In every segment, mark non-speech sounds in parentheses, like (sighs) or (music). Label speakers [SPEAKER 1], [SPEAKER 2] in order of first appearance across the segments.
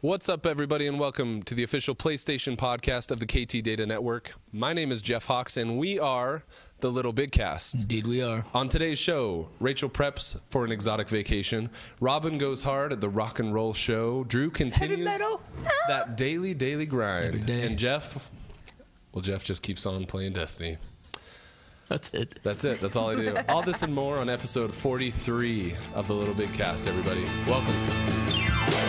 [SPEAKER 1] What's up, everybody, and welcome to the official PlayStation podcast of the KT Data Network. My name is Jeff Hawks, and we are the Little Big Cast.
[SPEAKER 2] Indeed, we are.
[SPEAKER 1] On today's show, Rachel preps for an exotic vacation. Robin goes hard at the rock and roll show. Drew continues
[SPEAKER 3] metal.
[SPEAKER 1] that daily, daily grind.
[SPEAKER 2] day.
[SPEAKER 1] And Jeff, well, Jeff just keeps on playing Destiny.
[SPEAKER 2] That's it.
[SPEAKER 1] That's it. That's all I do. all this and more on episode 43 of the Little Big Cast, everybody. Welcome.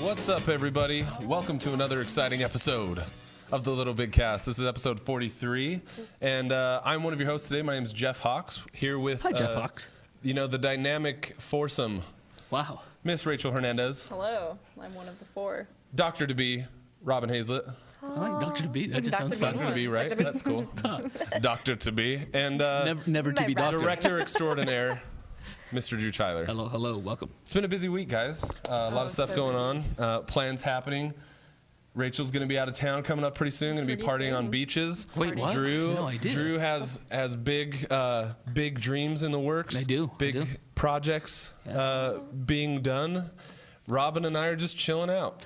[SPEAKER 1] What's up, everybody? Welcome to another exciting episode of the Little Big Cast. This is episode 43, and uh, I'm one of your hosts today. My name is Jeff Hawks. Here with
[SPEAKER 2] Hi, Jeff
[SPEAKER 1] uh,
[SPEAKER 2] Hawks.
[SPEAKER 1] You know the dynamic foursome:
[SPEAKER 2] Wow.
[SPEAKER 1] Miss Rachel Hernandez,
[SPEAKER 3] Hello, I'm one of the four.
[SPEAKER 1] Doctor to be Robin Hazlett,
[SPEAKER 2] I like Doctor to be. That just
[SPEAKER 3] That's
[SPEAKER 2] sounds
[SPEAKER 3] a good
[SPEAKER 2] fun.
[SPEAKER 1] Doctor to be, right? That's cool. Doctor to be, and uh,
[SPEAKER 2] (laughs) Never, never to
[SPEAKER 3] My
[SPEAKER 2] be
[SPEAKER 3] bad.
[SPEAKER 2] doctor.
[SPEAKER 1] director extraordinaire, Mr. Drew Tyler.
[SPEAKER 2] Hello, hello, welcome.
[SPEAKER 1] It's been a busy week, guys. Uh, a lot of
[SPEAKER 3] it's
[SPEAKER 1] stuff
[SPEAKER 3] so
[SPEAKER 1] going
[SPEAKER 3] busy.
[SPEAKER 1] on. Uh, plans happening. Rachel's going to be out of town coming up pretty soon. Going to be
[SPEAKER 3] Pretty
[SPEAKER 1] partying on
[SPEAKER 3] soon.
[SPEAKER 1] beaches.
[SPEAKER 2] Wait, what?
[SPEAKER 1] Drew,
[SPEAKER 2] No idea.
[SPEAKER 1] Drew has has big uh, big dreams in the works.
[SPEAKER 2] I do, I
[SPEAKER 1] Big
[SPEAKER 2] do.
[SPEAKER 1] projects uh, being done. Robin and I are just chilling
[SPEAKER 3] (laughs)
[SPEAKER 1] out.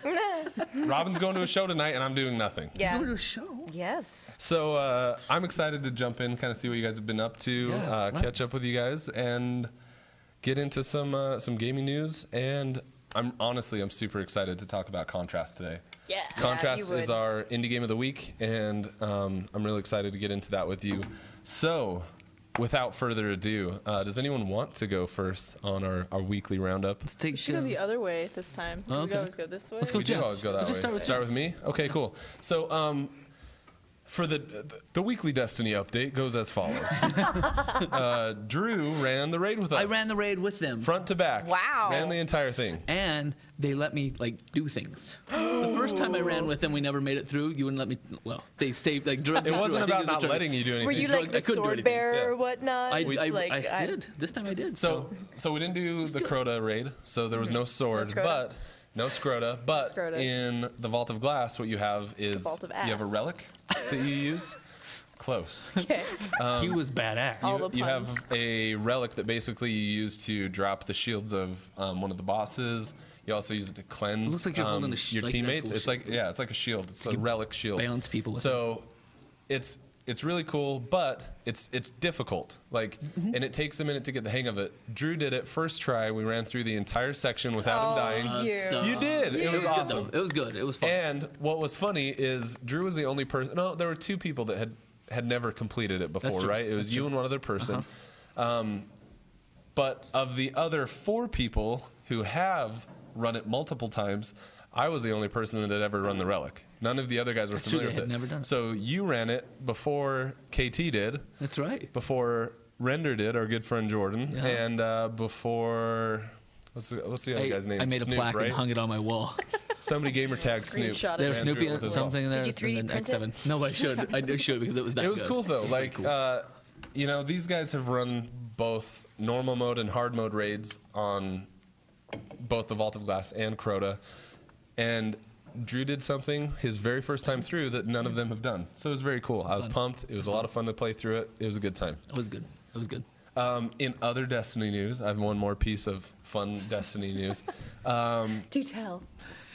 [SPEAKER 1] Robin's going to a show tonight, and I'm doing nothing.
[SPEAKER 2] Go
[SPEAKER 3] Yeah.
[SPEAKER 2] to a show.
[SPEAKER 3] Yes.
[SPEAKER 1] So uh, I'm excited to jump in, kind of see what you guys have been up to,
[SPEAKER 2] Yeah,
[SPEAKER 1] uh, catch
[SPEAKER 2] let's.
[SPEAKER 1] up with you guys, and get into some uh, some gaming news. And I'm honestly, I'm super excited to talk about Contrast today.
[SPEAKER 3] Yeah.
[SPEAKER 1] Contrast is our indie game of the week, and um, I'm really excited to get into that with you. So, without further ado, uh, does anyone want to go first on our, our weekly roundup?
[SPEAKER 2] Let's take
[SPEAKER 3] We should go
[SPEAKER 2] uh,
[SPEAKER 3] the other way this time. 'cause
[SPEAKER 2] Oh,
[SPEAKER 3] We
[SPEAKER 2] okay.
[SPEAKER 3] always go this way.
[SPEAKER 2] Let's go
[SPEAKER 1] We do
[SPEAKER 2] Jeff,
[SPEAKER 1] always go that way.
[SPEAKER 2] let's just start with
[SPEAKER 1] start with me. Okay, cool. So, um, for the, the weekly Destiny update goes as follows. uh, Drew ran the raid with us.
[SPEAKER 2] I ran the raid with them,
[SPEAKER 1] front to back.
[SPEAKER 3] Wow.
[SPEAKER 1] Ran the entire thing.
[SPEAKER 2] and they let me like do things. the first time I ran with them, we never made it through. You wouldn't let me. Well, they saved like drugged
[SPEAKER 1] It
[SPEAKER 2] me through.
[SPEAKER 1] wasn't
[SPEAKER 2] I think
[SPEAKER 1] about
[SPEAKER 2] is the
[SPEAKER 1] not
[SPEAKER 2] term.
[SPEAKER 1] letting you do anything.
[SPEAKER 3] Were you like
[SPEAKER 2] I
[SPEAKER 3] the
[SPEAKER 2] couldn't do
[SPEAKER 3] sword
[SPEAKER 2] anything.
[SPEAKER 3] bearer
[SPEAKER 1] Yeah.
[SPEAKER 3] or whatnot?
[SPEAKER 2] I,
[SPEAKER 3] Just
[SPEAKER 2] I,
[SPEAKER 3] like,
[SPEAKER 2] I did. This time I did. (laughs)
[SPEAKER 1] So, so we didn't do the Crota raid, so there was no sword,
[SPEAKER 3] Crota.
[SPEAKER 1] but no Scrota. But
[SPEAKER 3] Scrotas.
[SPEAKER 1] in the Vault of Glass, what you have is
[SPEAKER 3] Vault of
[SPEAKER 1] you have a
[SPEAKER 3] Ass.
[SPEAKER 1] relic that you use. Close.
[SPEAKER 3] (laughs) Okay.
[SPEAKER 2] he was badass.
[SPEAKER 3] All
[SPEAKER 1] you,
[SPEAKER 3] the
[SPEAKER 1] you
[SPEAKER 3] puns.
[SPEAKER 1] have a relic that basically you use to drop the shields of um, one of the bosses. You also use it to cleanse
[SPEAKER 2] looks like you're
[SPEAKER 1] um,
[SPEAKER 2] holding a sh-
[SPEAKER 1] your
[SPEAKER 2] like an
[SPEAKER 1] teammates.
[SPEAKER 2] actual
[SPEAKER 1] It's like yeah, it's like a shield. It's a relic shield.
[SPEAKER 2] bounce people with
[SPEAKER 1] So it's it's really cool, but it's it's difficult. Like
[SPEAKER 2] Mm-hmm.
[SPEAKER 1] and it takes a minute to get the hang of it. Drew did it first try. We ran through the entire section without
[SPEAKER 3] Oh,
[SPEAKER 1] him dying.
[SPEAKER 3] you.
[SPEAKER 2] Stuff.
[SPEAKER 1] You did. It was
[SPEAKER 2] good,
[SPEAKER 1] awesome.
[SPEAKER 2] though. uh, It was good. It was fun.
[SPEAKER 1] And what was funny is Drew was the only person. No, there were two people that had had never completed it before,
[SPEAKER 2] true.
[SPEAKER 1] right? It was
[SPEAKER 2] That's
[SPEAKER 1] you
[SPEAKER 2] true. Uh-huh.
[SPEAKER 1] and one other person. Um, but of the other four people who have run it multiple times, I was the only person that had ever run the relic. None of the other guys were
[SPEAKER 2] That's true,
[SPEAKER 1] familiar
[SPEAKER 2] they
[SPEAKER 1] with
[SPEAKER 2] had
[SPEAKER 1] it.
[SPEAKER 2] never done it.
[SPEAKER 1] So you ran it before KT did,
[SPEAKER 2] That's right.
[SPEAKER 1] before Render did, our good friend Jordan,
[SPEAKER 2] Yeah.
[SPEAKER 1] and uh, before what's the, what's the other
[SPEAKER 2] I,
[SPEAKER 1] guy's name?
[SPEAKER 2] I made a
[SPEAKER 1] Snoop,
[SPEAKER 2] plaque
[SPEAKER 1] right?
[SPEAKER 2] and hung it on my wall.
[SPEAKER 1] Somebody gamer tagged Snoop.
[SPEAKER 3] Screenshot it.
[SPEAKER 2] There's
[SPEAKER 1] Ran through
[SPEAKER 2] Snoopy
[SPEAKER 1] it with
[SPEAKER 2] and
[SPEAKER 1] his ball.
[SPEAKER 2] something in there.
[SPEAKER 4] Did you 3D
[SPEAKER 2] and then
[SPEAKER 4] print it?
[SPEAKER 2] X7. No, I should. I do- should because it was
[SPEAKER 1] (laughs)
[SPEAKER 2] that
[SPEAKER 1] It was
[SPEAKER 2] good.
[SPEAKER 1] cool though.
[SPEAKER 2] It was pretty
[SPEAKER 1] like,
[SPEAKER 2] cool.
[SPEAKER 1] uh, you know, these guys have run both normal mode and hard mode raids on both the Vault of Glass and Crota, and Drew did something his very first time through that none of them have done. So it was very cool. I was
[SPEAKER 2] fun.
[SPEAKER 1] pumped. It was a lot of fun to play through it. It was a good time.
[SPEAKER 2] it was good. It was good.
[SPEAKER 1] Um, in other Destiny news, I have one more piece of fun Destiny
[SPEAKER 3] (laughs)
[SPEAKER 1] news. Um,
[SPEAKER 3] Do tell.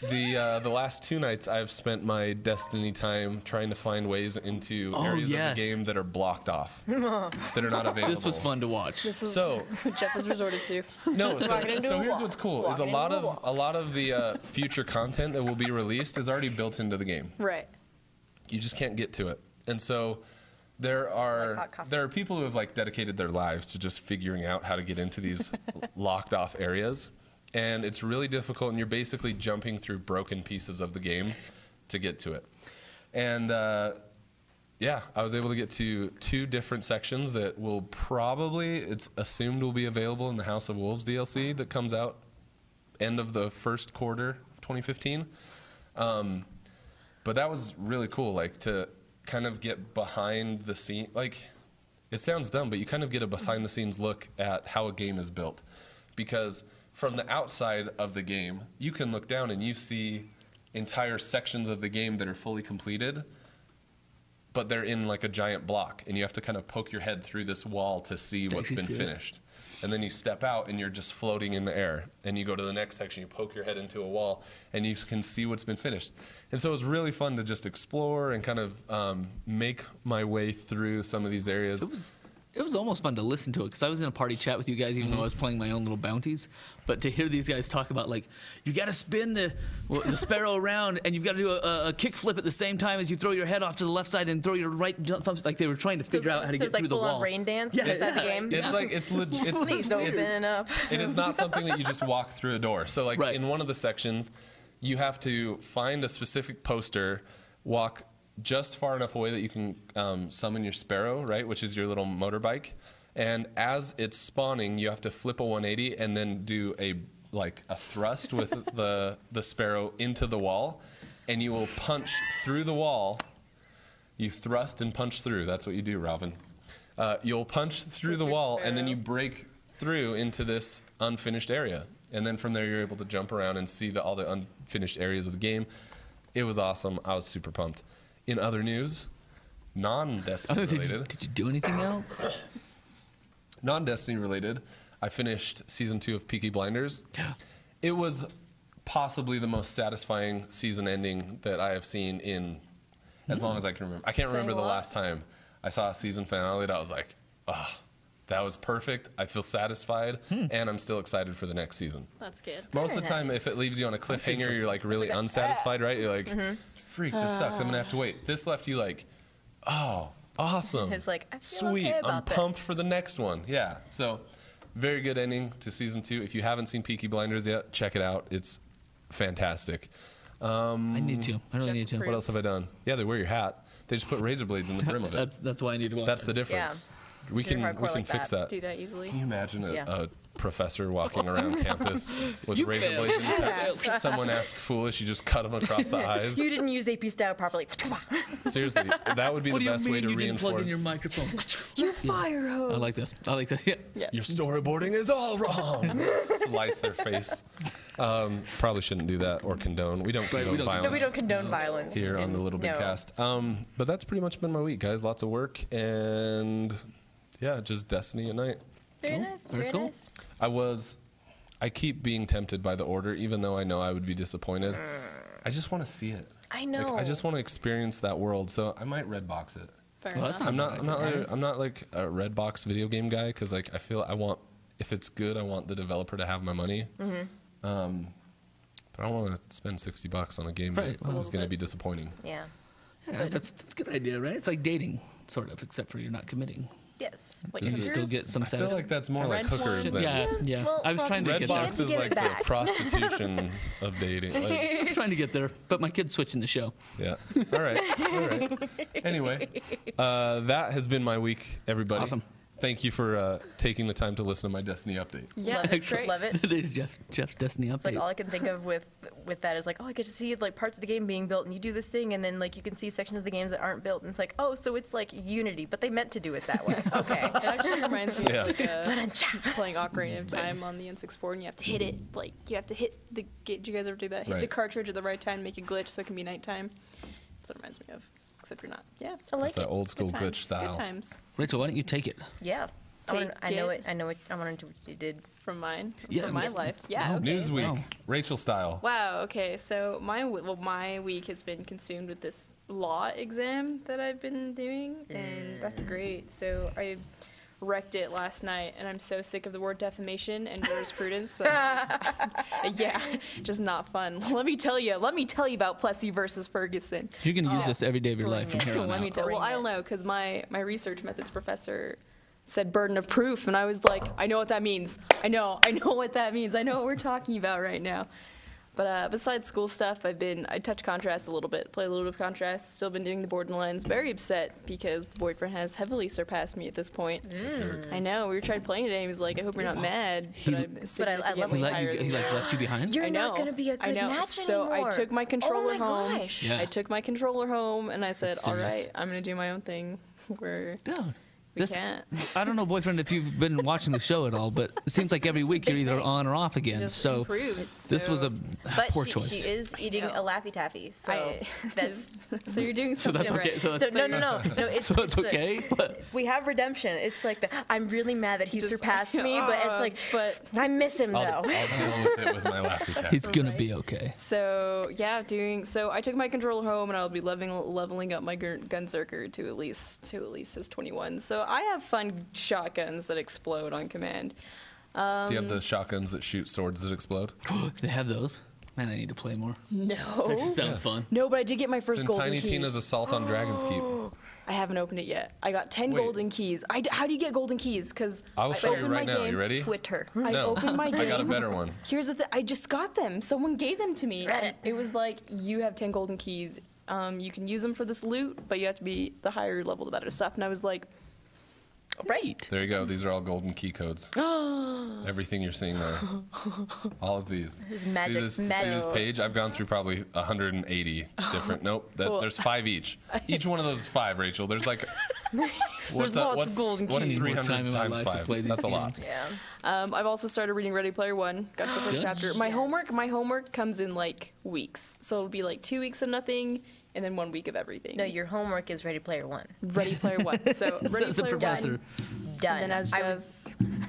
[SPEAKER 1] the uh, the last two nights I've spent my Destiny time trying to find ways into
[SPEAKER 2] Oh,
[SPEAKER 1] areas
[SPEAKER 2] yes.
[SPEAKER 1] of the game that are blocked
[SPEAKER 2] (laughs)
[SPEAKER 1] off, that are not available.
[SPEAKER 2] This was fun to watch.
[SPEAKER 3] This is
[SPEAKER 1] So-
[SPEAKER 3] what (laughs) Jeff has resorted to.
[SPEAKER 2] (laughs)
[SPEAKER 1] No, so,
[SPEAKER 3] Walking into
[SPEAKER 1] so
[SPEAKER 3] a
[SPEAKER 1] here's
[SPEAKER 3] wall.
[SPEAKER 1] what's cool is a
[SPEAKER 3] Walking
[SPEAKER 1] lot
[SPEAKER 3] into a
[SPEAKER 1] of a lot of the uh, future content that will be released is already built into the game.
[SPEAKER 3] (laughs) Right.
[SPEAKER 1] You just can't get to it, and so there are
[SPEAKER 4] hot coffee.
[SPEAKER 1] there are people who have like dedicated their lives to just figuring out how to get into
[SPEAKER 4] (laughs)
[SPEAKER 1] these locked off areas, and it's really difficult. And you're basically jumping through broken pieces of the game to get to it, and. Uh, yeah, I was able to get to two different sections that will probably, it's assumed, will be available in the House of Wolves DLC that comes out end of the first quarter of 2015. Um, but that was really cool, like to kind of get behind the scene. Like, it sounds dumb, but you kind of get a behind the scenes look at how a game is built. Because from the outside of the game, you can look down and you see entire sections of the game that are fully completed, but they're in like a giant block, and you have to kind of poke your head through this wall to see what's
[SPEAKER 2] Actually
[SPEAKER 1] been
[SPEAKER 2] see it.
[SPEAKER 1] finished. And then you step out and you're just floating in the air. And you go to the next section, you poke your head into a wall, and you can see what's been finished. And so it was really fun to just explore and kind of um, make my way through some of these areas.
[SPEAKER 2] It was it was almost fun to listen to it because I was in a party chat with you guys, even though I
[SPEAKER 1] Mm-hmm.
[SPEAKER 2] was playing my own little bounties. But to hear these guys talk about like you got to spin the well, the sparrow around and you've got to do a- a, a kick flip at the same time as you throw your head off to the left side and throw your right jump thumbs. Like they were trying to figure out how to
[SPEAKER 4] so
[SPEAKER 2] get
[SPEAKER 4] it's like
[SPEAKER 2] through the
[SPEAKER 4] full
[SPEAKER 2] wall.
[SPEAKER 4] on rain dance
[SPEAKER 2] Yeah,
[SPEAKER 4] inside the
[SPEAKER 2] exactly.
[SPEAKER 4] game.
[SPEAKER 1] It's like it's legit. It's,
[SPEAKER 3] Please
[SPEAKER 1] it's,
[SPEAKER 3] open up.
[SPEAKER 1] (laughs) it is not something that you just walk through a door. So like
[SPEAKER 2] Right.
[SPEAKER 1] in one of the sections, you have to find a specific poster, walk just far enough away that you can um, summon your sparrow, right, which is your little motorbike. And as it's spawning, you have to flip a 180 and then do a like a thrust with the the sparrow into the wall, and you will punch through the wall you thrust and punch through. That's what you do, Robin. Uh, you'll punch through
[SPEAKER 3] With
[SPEAKER 1] the
[SPEAKER 3] your
[SPEAKER 1] wall and then
[SPEAKER 3] sparrow.
[SPEAKER 1] you break through into this unfinished area. And then from there, you're able to jump around and see the, all the unfinished areas of the game. It was awesome. I was super pumped. In other news, non
[SPEAKER 2] (laughs) I
[SPEAKER 1] Destiny
[SPEAKER 2] was gonna say,
[SPEAKER 1] related,
[SPEAKER 2] did, did you do anything else?
[SPEAKER 1] non Destiny related, I finished season two of Peaky Blinders.
[SPEAKER 2] Yeah.
[SPEAKER 1] It was possibly the most satisfying season ending that I have seen in as long as I can remember. I can't
[SPEAKER 3] Saying
[SPEAKER 1] remember the
[SPEAKER 3] what?
[SPEAKER 1] last time I saw a season finale that I was like, ugh, that was perfect. I feel satisfied, and I'm still excited for the next season.
[SPEAKER 3] That's good.
[SPEAKER 1] Most of
[SPEAKER 4] Very
[SPEAKER 1] the time,
[SPEAKER 4] nice.
[SPEAKER 1] if it leaves you on a cliffhanger,
[SPEAKER 2] interesting.
[SPEAKER 1] you're like really unsatisfied, right? You're
[SPEAKER 4] "Ah."
[SPEAKER 1] like,
[SPEAKER 4] Mm-hmm.
[SPEAKER 1] freak, this sucks. I'm gonna have to wait. This left you like, oh, awesome.
[SPEAKER 4] It's like, I feel
[SPEAKER 1] sweet.
[SPEAKER 4] okay
[SPEAKER 1] I'm
[SPEAKER 4] about
[SPEAKER 1] pumped
[SPEAKER 4] this.
[SPEAKER 1] for the next one. Yeah. So, very good ending to season two. If you haven't seen Peaky Blinders yet, check it out. It's fantastic.
[SPEAKER 2] I need to. I really
[SPEAKER 3] Jeff
[SPEAKER 2] need to.
[SPEAKER 1] What
[SPEAKER 3] approved.
[SPEAKER 1] else have I done? Yeah, they wear your hat. They just put razor blades in the brim of it.
[SPEAKER 2] (laughs) That's that's why I need to watch.
[SPEAKER 1] That's
[SPEAKER 2] it.
[SPEAKER 1] the difference. We
[SPEAKER 4] They're
[SPEAKER 1] can we
[SPEAKER 4] hardcore
[SPEAKER 1] can
[SPEAKER 4] like
[SPEAKER 1] fix that.
[SPEAKER 2] uh,
[SPEAKER 4] that.
[SPEAKER 3] Do that easily.
[SPEAKER 1] Can you imagine a,
[SPEAKER 4] Yeah.
[SPEAKER 1] a professor walking around
[SPEAKER 2] (laughs)
[SPEAKER 1] campus with
[SPEAKER 2] Oh, You
[SPEAKER 1] razor
[SPEAKER 2] failed.
[SPEAKER 1] blades in his
[SPEAKER 2] Yeah.
[SPEAKER 1] hat? Someone asks foolish, you just cut them across
[SPEAKER 2] (laughs)
[SPEAKER 1] the eyes.
[SPEAKER 4] You didn't use AP style (laughs) properly.
[SPEAKER 1] Seriously, that would be
[SPEAKER 2] What
[SPEAKER 1] the
[SPEAKER 2] do you
[SPEAKER 1] best
[SPEAKER 2] mean
[SPEAKER 1] way to
[SPEAKER 2] you didn't plug
[SPEAKER 1] reinforce.
[SPEAKER 2] in your
[SPEAKER 4] (laughs)
[SPEAKER 2] microphone?
[SPEAKER 4] you fire hose.
[SPEAKER 2] I like this. I like this. (laughs) Yeah.
[SPEAKER 3] Yeah.
[SPEAKER 1] Your storyboarding is all
[SPEAKER 2] (laughs)
[SPEAKER 1] wrong. Slice their face. Um, probably shouldn't do that or condone. We don't
[SPEAKER 2] we
[SPEAKER 1] condone
[SPEAKER 2] don't-
[SPEAKER 1] violence.
[SPEAKER 4] No, we don't condone violence
[SPEAKER 1] here on
[SPEAKER 4] and-
[SPEAKER 1] the Little Big
[SPEAKER 4] no.
[SPEAKER 1] Cast. Um, but that's pretty much been my week, guys. Lots of work and yeah, just Destiny at night.
[SPEAKER 4] Very
[SPEAKER 2] Cool.
[SPEAKER 4] nice.
[SPEAKER 2] Very
[SPEAKER 4] Very,
[SPEAKER 2] cool.
[SPEAKER 4] nice.
[SPEAKER 1] I was. I keep being tempted by the order, even though I know I would be disappointed. I just want to see it.
[SPEAKER 4] I
[SPEAKER 1] Like,
[SPEAKER 4] know.
[SPEAKER 1] I just want to experience that world, so I might red box it.
[SPEAKER 3] Fair
[SPEAKER 2] Well, that's
[SPEAKER 3] enough.
[SPEAKER 1] I'm not. I'm not.
[SPEAKER 2] Nice.
[SPEAKER 1] Like, I'm not like a red box video game guy because like I feel I want if it's good, I want the developer to have my money. Um, but I don't want to spend sixty bucks on a game
[SPEAKER 2] Right,
[SPEAKER 1] that's
[SPEAKER 2] it's a
[SPEAKER 1] that is
[SPEAKER 3] little
[SPEAKER 1] going to
[SPEAKER 3] bit-
[SPEAKER 1] be disappointing.
[SPEAKER 4] Yeah.
[SPEAKER 2] Yeah, that's, that's a good idea, right? It's like dating, sort of, except for you're not committing.
[SPEAKER 4] Yes. Like
[SPEAKER 2] You
[SPEAKER 1] This
[SPEAKER 2] can
[SPEAKER 1] is
[SPEAKER 2] still
[SPEAKER 4] hookers.
[SPEAKER 2] get some
[SPEAKER 1] I feel like
[SPEAKER 2] satisfaction.
[SPEAKER 1] that's more
[SPEAKER 3] A
[SPEAKER 1] like
[SPEAKER 3] red one?
[SPEAKER 1] hookers than
[SPEAKER 2] yeah,
[SPEAKER 4] Yeah,
[SPEAKER 2] yeah.
[SPEAKER 4] well,
[SPEAKER 2] I was trying to
[SPEAKER 1] red
[SPEAKER 2] get
[SPEAKER 1] box
[SPEAKER 4] to
[SPEAKER 1] is
[SPEAKER 4] get
[SPEAKER 1] like the
[SPEAKER 4] it back.
[SPEAKER 1] prostitution of dating. Like,
[SPEAKER 2] there. I was trying to get there, but my kid's switching the show.
[SPEAKER 1] Yeah. (laughs) All right. All right. Anyway, uh, that has been my week, everybody.
[SPEAKER 2] Awesome.
[SPEAKER 1] Thank you for uh, taking the time to listen to my Destiny update.
[SPEAKER 2] (laughs)
[SPEAKER 3] Yeah,
[SPEAKER 4] Love it.
[SPEAKER 3] that's great.
[SPEAKER 4] Love it.
[SPEAKER 2] Today's Jeff Jeff's Destiny
[SPEAKER 4] It's like
[SPEAKER 2] update.
[SPEAKER 4] all I can think of with with that is like, oh, I get to see like parts of the game being built, and you do this thing, and then like you can see sections of the games that aren't built, and it's like, oh, so it's like Unity, but they meant to do it that way. (laughs) Okay.
[SPEAKER 3] It actually reminds me
[SPEAKER 1] Yeah.
[SPEAKER 3] of like a, playing Ocarina
[SPEAKER 1] Mm-hmm.
[SPEAKER 3] of Time on the N64, and you have to hit it. Like you have to hit the. Get, do you guys ever do that? Hit the
[SPEAKER 1] Right.
[SPEAKER 3] cartridge at the right time, make a glitch so it can be nighttime. That's what it reminds me of. Except you're not. Yeah.
[SPEAKER 4] I like
[SPEAKER 1] It's that
[SPEAKER 4] it.
[SPEAKER 1] old school
[SPEAKER 3] Good
[SPEAKER 1] glitch style.
[SPEAKER 3] Good times
[SPEAKER 2] Rachel, why don't you take it?
[SPEAKER 4] Yeah. I, wanna,
[SPEAKER 3] Take
[SPEAKER 4] I know
[SPEAKER 3] it.
[SPEAKER 4] it. I know it. I want to do what you did.
[SPEAKER 3] from mine,
[SPEAKER 2] Yeah,
[SPEAKER 3] from my
[SPEAKER 2] it's-
[SPEAKER 3] life.
[SPEAKER 1] Oh,
[SPEAKER 3] Yeah.
[SPEAKER 2] no.
[SPEAKER 3] okay.
[SPEAKER 1] Newsweek,
[SPEAKER 2] Wow.
[SPEAKER 1] Rachel style.
[SPEAKER 3] Wow. Okay. So my w- well, my week has been consumed with this law exam that I've been doing, and that's great. So I wrecked it last night, and I'm so sick of the word defamation and jurisprudence. So I'm just- (laughs) yeah, just not fun. (laughs) Let me tell you. Let me tell you about Plessy versus Ferguson.
[SPEAKER 2] You're going to
[SPEAKER 4] Oh.
[SPEAKER 2] use this every day of your
[SPEAKER 4] bring
[SPEAKER 2] life from
[SPEAKER 4] it.
[SPEAKER 2] here on
[SPEAKER 3] Let me
[SPEAKER 2] out.
[SPEAKER 3] tell. Well, I don't know because my my research methods professor said burden of proof, and I was like, I know what that means. I know, I know what that means. I know what we're talking about right now. But uh, besides school stuff, I've been I touch contrast a little bit, play a little bit of contrast. Still been doing the board and lines. Very upset because the boyfriend has heavily surpassed me at this point. I know. We were trying playing today. and He was like, I hope you're not mad, but I'm
[SPEAKER 4] But I- I love
[SPEAKER 2] he
[SPEAKER 3] significantly
[SPEAKER 4] what
[SPEAKER 2] let
[SPEAKER 3] higher
[SPEAKER 2] you,
[SPEAKER 3] than
[SPEAKER 2] he
[SPEAKER 3] you.
[SPEAKER 2] like left you behind.
[SPEAKER 4] You're
[SPEAKER 3] I know.
[SPEAKER 4] not going to be a good
[SPEAKER 3] I know.
[SPEAKER 4] match
[SPEAKER 3] so
[SPEAKER 4] anymore.
[SPEAKER 3] I took my controller
[SPEAKER 4] oh my
[SPEAKER 3] home.
[SPEAKER 4] Gosh.
[SPEAKER 2] Yeah.
[SPEAKER 3] I took my controller home and I said,
[SPEAKER 2] That's
[SPEAKER 3] "All
[SPEAKER 2] serious.
[SPEAKER 3] right, I'm gonna do my own thing." (laughs) Where
[SPEAKER 2] Dude,
[SPEAKER 3] We
[SPEAKER 2] (laughs) This-
[SPEAKER 3] can't.
[SPEAKER 2] I don't know, boyfriend, if you've been watching the show at all, but it seems like every week you're either on or off again.
[SPEAKER 5] Just
[SPEAKER 2] so
[SPEAKER 5] improves.
[SPEAKER 2] this was a
[SPEAKER 5] so-
[SPEAKER 2] (sighs)
[SPEAKER 4] But
[SPEAKER 2] poor
[SPEAKER 4] she,
[SPEAKER 2] choice.
[SPEAKER 4] she is eating
[SPEAKER 3] know.
[SPEAKER 4] a Laffy Taffy, so
[SPEAKER 3] I- (laughs)
[SPEAKER 4] (laughs) that's
[SPEAKER 3] so you're doing
[SPEAKER 2] so
[SPEAKER 3] something
[SPEAKER 2] that's
[SPEAKER 3] right.
[SPEAKER 2] okay. So
[SPEAKER 4] so
[SPEAKER 2] that's,
[SPEAKER 4] no no no no. It's,
[SPEAKER 2] so that's
[SPEAKER 4] (laughs) it's the-
[SPEAKER 2] okay. But
[SPEAKER 4] we have redemption. It's like the, I'm really mad that he
[SPEAKER 3] Just-
[SPEAKER 4] surpassed me, but it's
[SPEAKER 3] uh, (laughs)
[SPEAKER 4] like
[SPEAKER 3] but-
[SPEAKER 4] I miss him
[SPEAKER 1] I'll, I'll (laughs)
[SPEAKER 4] though.
[SPEAKER 1] deal with it with my
[SPEAKER 2] (laughs)
[SPEAKER 1] Laffy Taffy.
[SPEAKER 2] he's gonna be okay.
[SPEAKER 3] So yeah, doing so. I took my controller home, and I'll be leveling leveling up my gun Gunzerker to at least to at least his 21. So I have fun shotguns that explode on command.
[SPEAKER 1] Do you have
[SPEAKER 3] Um,
[SPEAKER 1] the shotguns that shoot swords that explode?
[SPEAKER 2] (gasps) they have those. Man, I need to play more.
[SPEAKER 3] No,
[SPEAKER 2] That just sounds fun.
[SPEAKER 3] no, but I did get my
[SPEAKER 1] It's
[SPEAKER 3] first
[SPEAKER 1] in
[SPEAKER 3] golden
[SPEAKER 1] Tiny
[SPEAKER 3] key. Oh.
[SPEAKER 1] Tina's Assault on Dragon's Keep.
[SPEAKER 3] I haven't opened it yet. I got 10
[SPEAKER 1] Wait.
[SPEAKER 3] golden keys. I d how do you get golden keys? Because
[SPEAKER 1] I will show you
[SPEAKER 3] opened
[SPEAKER 1] right
[SPEAKER 3] my
[SPEAKER 1] now. You
[SPEAKER 3] Game,
[SPEAKER 1] ready?
[SPEAKER 3] Twitter.
[SPEAKER 4] Mm.
[SPEAKER 3] I
[SPEAKER 1] No.
[SPEAKER 3] opened my game.
[SPEAKER 1] (laughs) I got a better one.
[SPEAKER 3] Here's the thing. I just got them. Someone gave them to me.
[SPEAKER 4] Reddit.
[SPEAKER 3] It was like you have 10 golden keys. Um, you can use them for this loot, but you have to be the higher level, the better stuff. And I was like,
[SPEAKER 2] Right.
[SPEAKER 1] There you go. These are all golden key codes. Everything you're seeing there. All of these.
[SPEAKER 4] is magic.
[SPEAKER 1] See this, see this
[SPEAKER 4] Magic.
[SPEAKER 1] page? I've gone through probably 180 different. Nope. That,
[SPEAKER 3] Cool.
[SPEAKER 1] There's five each. Each one of those is five, Rachel. There's like. What's
[SPEAKER 3] There's
[SPEAKER 1] that?
[SPEAKER 3] lots of
[SPEAKER 1] what's,
[SPEAKER 3] golden
[SPEAKER 1] what's
[SPEAKER 2] keys. I need more
[SPEAKER 1] 300
[SPEAKER 2] time in
[SPEAKER 1] times
[SPEAKER 2] my life to
[SPEAKER 1] five?
[SPEAKER 2] play these
[SPEAKER 1] That's a lot.
[SPEAKER 2] games.
[SPEAKER 4] Yeah.
[SPEAKER 3] um, I've also started reading Ready Player One. Got
[SPEAKER 1] (gasps)
[SPEAKER 3] the first
[SPEAKER 2] Good.
[SPEAKER 3] chapter. My
[SPEAKER 4] Yes.
[SPEAKER 3] homework, my homework comes in like weeks, so it'll be like two weeks of nothing, and then one week of everything.
[SPEAKER 4] No, your homework is Ready Player One.
[SPEAKER 3] Ready Player One. So Ready
[SPEAKER 2] Says the
[SPEAKER 3] Player
[SPEAKER 2] professor.
[SPEAKER 3] One.
[SPEAKER 4] Done.
[SPEAKER 3] And then as
[SPEAKER 4] I would (laughs)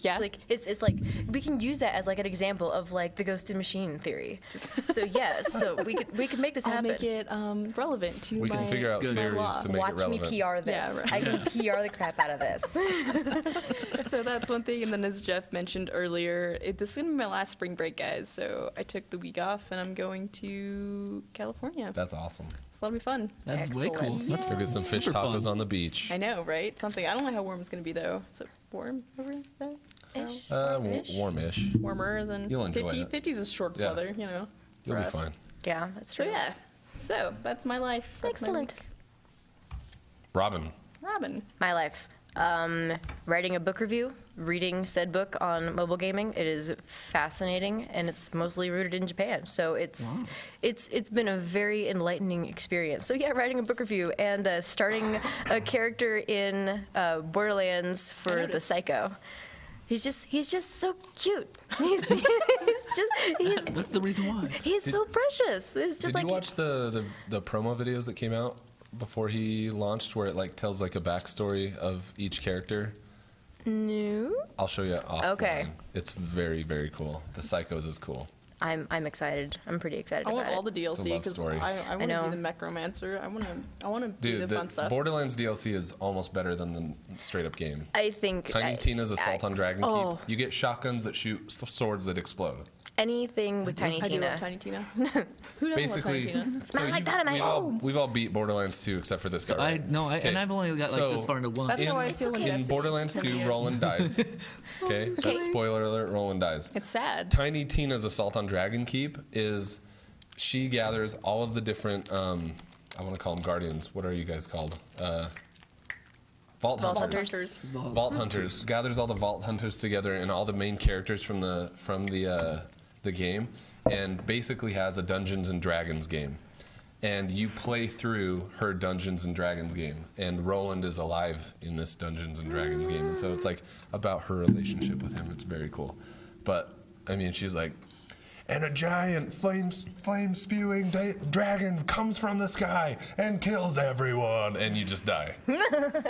[SPEAKER 3] Jeff, yeah,
[SPEAKER 4] It's like it's, it's like we can use that as like an example of like the ghosted machine theory. so yeah, (laughs) so we could we could make this
[SPEAKER 3] I'll
[SPEAKER 4] happen.
[SPEAKER 3] make it um, relevant to
[SPEAKER 1] We
[SPEAKER 3] my
[SPEAKER 1] can figure out
[SPEAKER 2] Good.
[SPEAKER 1] theories
[SPEAKER 3] law.
[SPEAKER 1] to make
[SPEAKER 4] Watch
[SPEAKER 1] it relevant.
[SPEAKER 4] me PR this.
[SPEAKER 3] Yeah, right.
[SPEAKER 4] I can PR the crap out of this.
[SPEAKER 3] (laughs) so that's one thing. And then, as Jeff mentioned earlier, it, this is gonna be my last spring break, guys. So I took the week off, and I'm going to California.
[SPEAKER 1] That's awesome.
[SPEAKER 3] So that'll be fun.
[SPEAKER 2] That's way cool.
[SPEAKER 4] Excellent.
[SPEAKER 2] That's
[SPEAKER 1] Go get some fish
[SPEAKER 2] Super fun.
[SPEAKER 1] tacos on the beach.
[SPEAKER 3] I know, right? Something. I don't know how warm it's gonna be though. Is it warm over there? No.
[SPEAKER 1] Uh, w- warmish.
[SPEAKER 3] Warmer than
[SPEAKER 1] You'll enjoy
[SPEAKER 3] 50.
[SPEAKER 1] it.
[SPEAKER 3] 50 is the shortest
[SPEAKER 1] Yeah.
[SPEAKER 3] weather, you know.
[SPEAKER 1] You'll
[SPEAKER 3] for
[SPEAKER 1] be
[SPEAKER 3] us.
[SPEAKER 1] fine.
[SPEAKER 4] (laughs) Yeah, that's
[SPEAKER 3] So
[SPEAKER 4] true.
[SPEAKER 3] yeah. So that's my life. That's my
[SPEAKER 4] Excellent.
[SPEAKER 3] week.
[SPEAKER 1] Robin.
[SPEAKER 3] Robin.
[SPEAKER 4] My life. Um, writing a book review, reading said book on mobile gaming. It is fascinating, and it's mostly rooted in Japan. So it's it's it's been a very enlightening experience. So yeah, writing a book review and uh, starting a character in uh, Borderlands for the
[SPEAKER 3] noticed.
[SPEAKER 4] Psycho. He's just he's just so cute. (laughs)
[SPEAKER 3] (laughs)
[SPEAKER 4] He's, he's just he's
[SPEAKER 2] That's the reason why.
[SPEAKER 4] he's so precious. It's just
[SPEAKER 1] Did
[SPEAKER 4] like
[SPEAKER 1] you watch the, the the promo videos that came out before he launched, where it like tells like a backstory of each character?
[SPEAKER 4] new.
[SPEAKER 1] I'll show you off.
[SPEAKER 4] Okay.
[SPEAKER 1] It's very very cool. The Psychos is cool.
[SPEAKER 4] I'm I'm excited. I'm pretty excited
[SPEAKER 3] I
[SPEAKER 4] about
[SPEAKER 3] want all
[SPEAKER 4] it.
[SPEAKER 3] the DLC
[SPEAKER 1] love
[SPEAKER 3] because
[SPEAKER 1] story.
[SPEAKER 3] I, I want to
[SPEAKER 4] know.
[SPEAKER 3] be the Necromancer. I want to I want to do
[SPEAKER 1] Dude,
[SPEAKER 3] the, fun stuff.
[SPEAKER 1] Borderlands DLC is almost better than the straight up game.
[SPEAKER 4] I think
[SPEAKER 1] Tiny
[SPEAKER 4] I-
[SPEAKER 1] Tina's Assault
[SPEAKER 4] I-
[SPEAKER 1] on Dragon
[SPEAKER 4] oh.
[SPEAKER 1] Keep. You get shotguns that shoot s- swords that explode.
[SPEAKER 4] anything with Tiny
[SPEAKER 3] I do
[SPEAKER 4] Tina.
[SPEAKER 3] love Tiny (laughs) Tina. Who doesn't
[SPEAKER 1] Basically,
[SPEAKER 3] love Tiny Tina?
[SPEAKER 4] not like
[SPEAKER 1] you've-
[SPEAKER 4] that in my
[SPEAKER 1] we've all,
[SPEAKER 4] home.
[SPEAKER 1] we've all beat Borderlands 2 except for this guy.
[SPEAKER 2] I
[SPEAKER 1] right?
[SPEAKER 2] no, I, and
[SPEAKER 1] Okay.
[SPEAKER 2] I've only got like
[SPEAKER 1] So-
[SPEAKER 2] this far into one.
[SPEAKER 3] That's
[SPEAKER 1] In-
[SPEAKER 3] how I feel when
[SPEAKER 1] in
[SPEAKER 3] Destiny
[SPEAKER 1] Borderlands 2,
[SPEAKER 3] is.
[SPEAKER 1] Roland dies. Okay, that's spoiler alert. Roland dies.
[SPEAKER 3] It's sad.
[SPEAKER 1] Tiny Tina's assault on Dragon Keep is she gathers all of the different um, I want to call them guardians. What are you guys called? Uh, vault,
[SPEAKER 4] Vault
[SPEAKER 1] hunters.
[SPEAKER 3] hunters.
[SPEAKER 1] Vault, hunters. gathers all the vault hunters together and all the main characters from the from the uh, the game, and basically has a Dungeons and Dragons game. And you play through her Dungeons and Dragons game, and Roland is alive in this Dungeons and Dragons game, and so it's like about her relationship with him. It's very cool, but I mean, she's like, and a giant flame flame spewing da- dragon comes from the sky and kills everyone and you just
[SPEAKER 4] (laughs)
[SPEAKER 1] die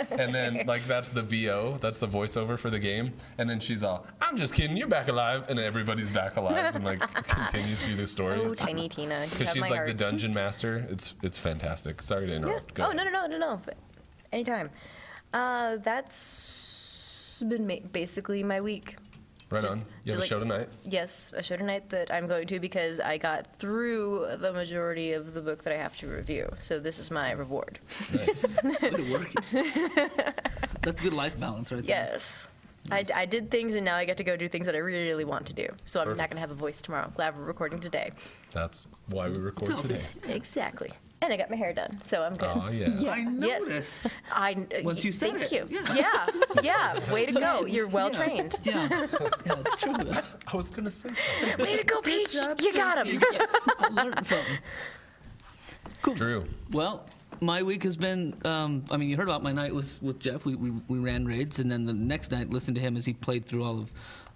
[SPEAKER 1] and then like that's the vo that's the voiceover for the game and then she's all i'm just kidding you're back alive and everybody's back alive and
[SPEAKER 4] (laughs)
[SPEAKER 1] like continues through the story
[SPEAKER 4] Oh,
[SPEAKER 1] It's- (laughs)
[SPEAKER 4] Tiny Tina. You
[SPEAKER 1] because
[SPEAKER 4] have
[SPEAKER 1] she's
[SPEAKER 4] my
[SPEAKER 1] like
[SPEAKER 4] heart.
[SPEAKER 1] the dungeon master it's it's fantastic sorry to interrupt Go
[SPEAKER 4] Oh no
[SPEAKER 1] ahead.
[SPEAKER 4] no no no no. But Anytime. Uh, that's been ma- basically my week.
[SPEAKER 1] right
[SPEAKER 4] just
[SPEAKER 1] on you
[SPEAKER 4] do,
[SPEAKER 1] have a
[SPEAKER 4] like-
[SPEAKER 1] show tonight
[SPEAKER 4] Yes, a show tonight that I'm going to because I got through the majority of the book that I have to review. So this is my reward.
[SPEAKER 1] nice
[SPEAKER 2] (laughs) Way to
[SPEAKER 4] (laughs)
[SPEAKER 2] work it. That's good life balance right there.
[SPEAKER 4] Yes. I, d- I did things and now I get to go do things that I really, really want to do. So I'm
[SPEAKER 1] Perfect.
[SPEAKER 4] not going to have a voice tomorrow. Glad we're recording today.
[SPEAKER 1] that's why we record
[SPEAKER 2] healthy.
[SPEAKER 1] today
[SPEAKER 4] Exactly. And I got my hair done, so I'm good.
[SPEAKER 1] oh
[SPEAKER 4] (laughs)
[SPEAKER 1] yeah
[SPEAKER 2] I
[SPEAKER 4] Yes.
[SPEAKER 2] noticed.
[SPEAKER 4] I uh,
[SPEAKER 2] Once
[SPEAKER 4] y-
[SPEAKER 2] you said
[SPEAKER 4] thank
[SPEAKER 2] it,
[SPEAKER 4] you. Yeah. yeah, (laughs) Way to go. You're well
[SPEAKER 2] Yeah.
[SPEAKER 4] trained.
[SPEAKER 2] Yeah. yeah, that's
[SPEAKER 4] (laughs)
[SPEAKER 2] true. That's,
[SPEAKER 1] i was gonna say
[SPEAKER 4] Way to (laughs)
[SPEAKER 2] (laughs)
[SPEAKER 4] go, Peach. You got him.
[SPEAKER 2] I learned something.
[SPEAKER 1] drew
[SPEAKER 2] Well, my week has been. Um, I mean, you heard about my night with, with Jeff. We, we we ran raids, and then the next night listened to him as he played through all of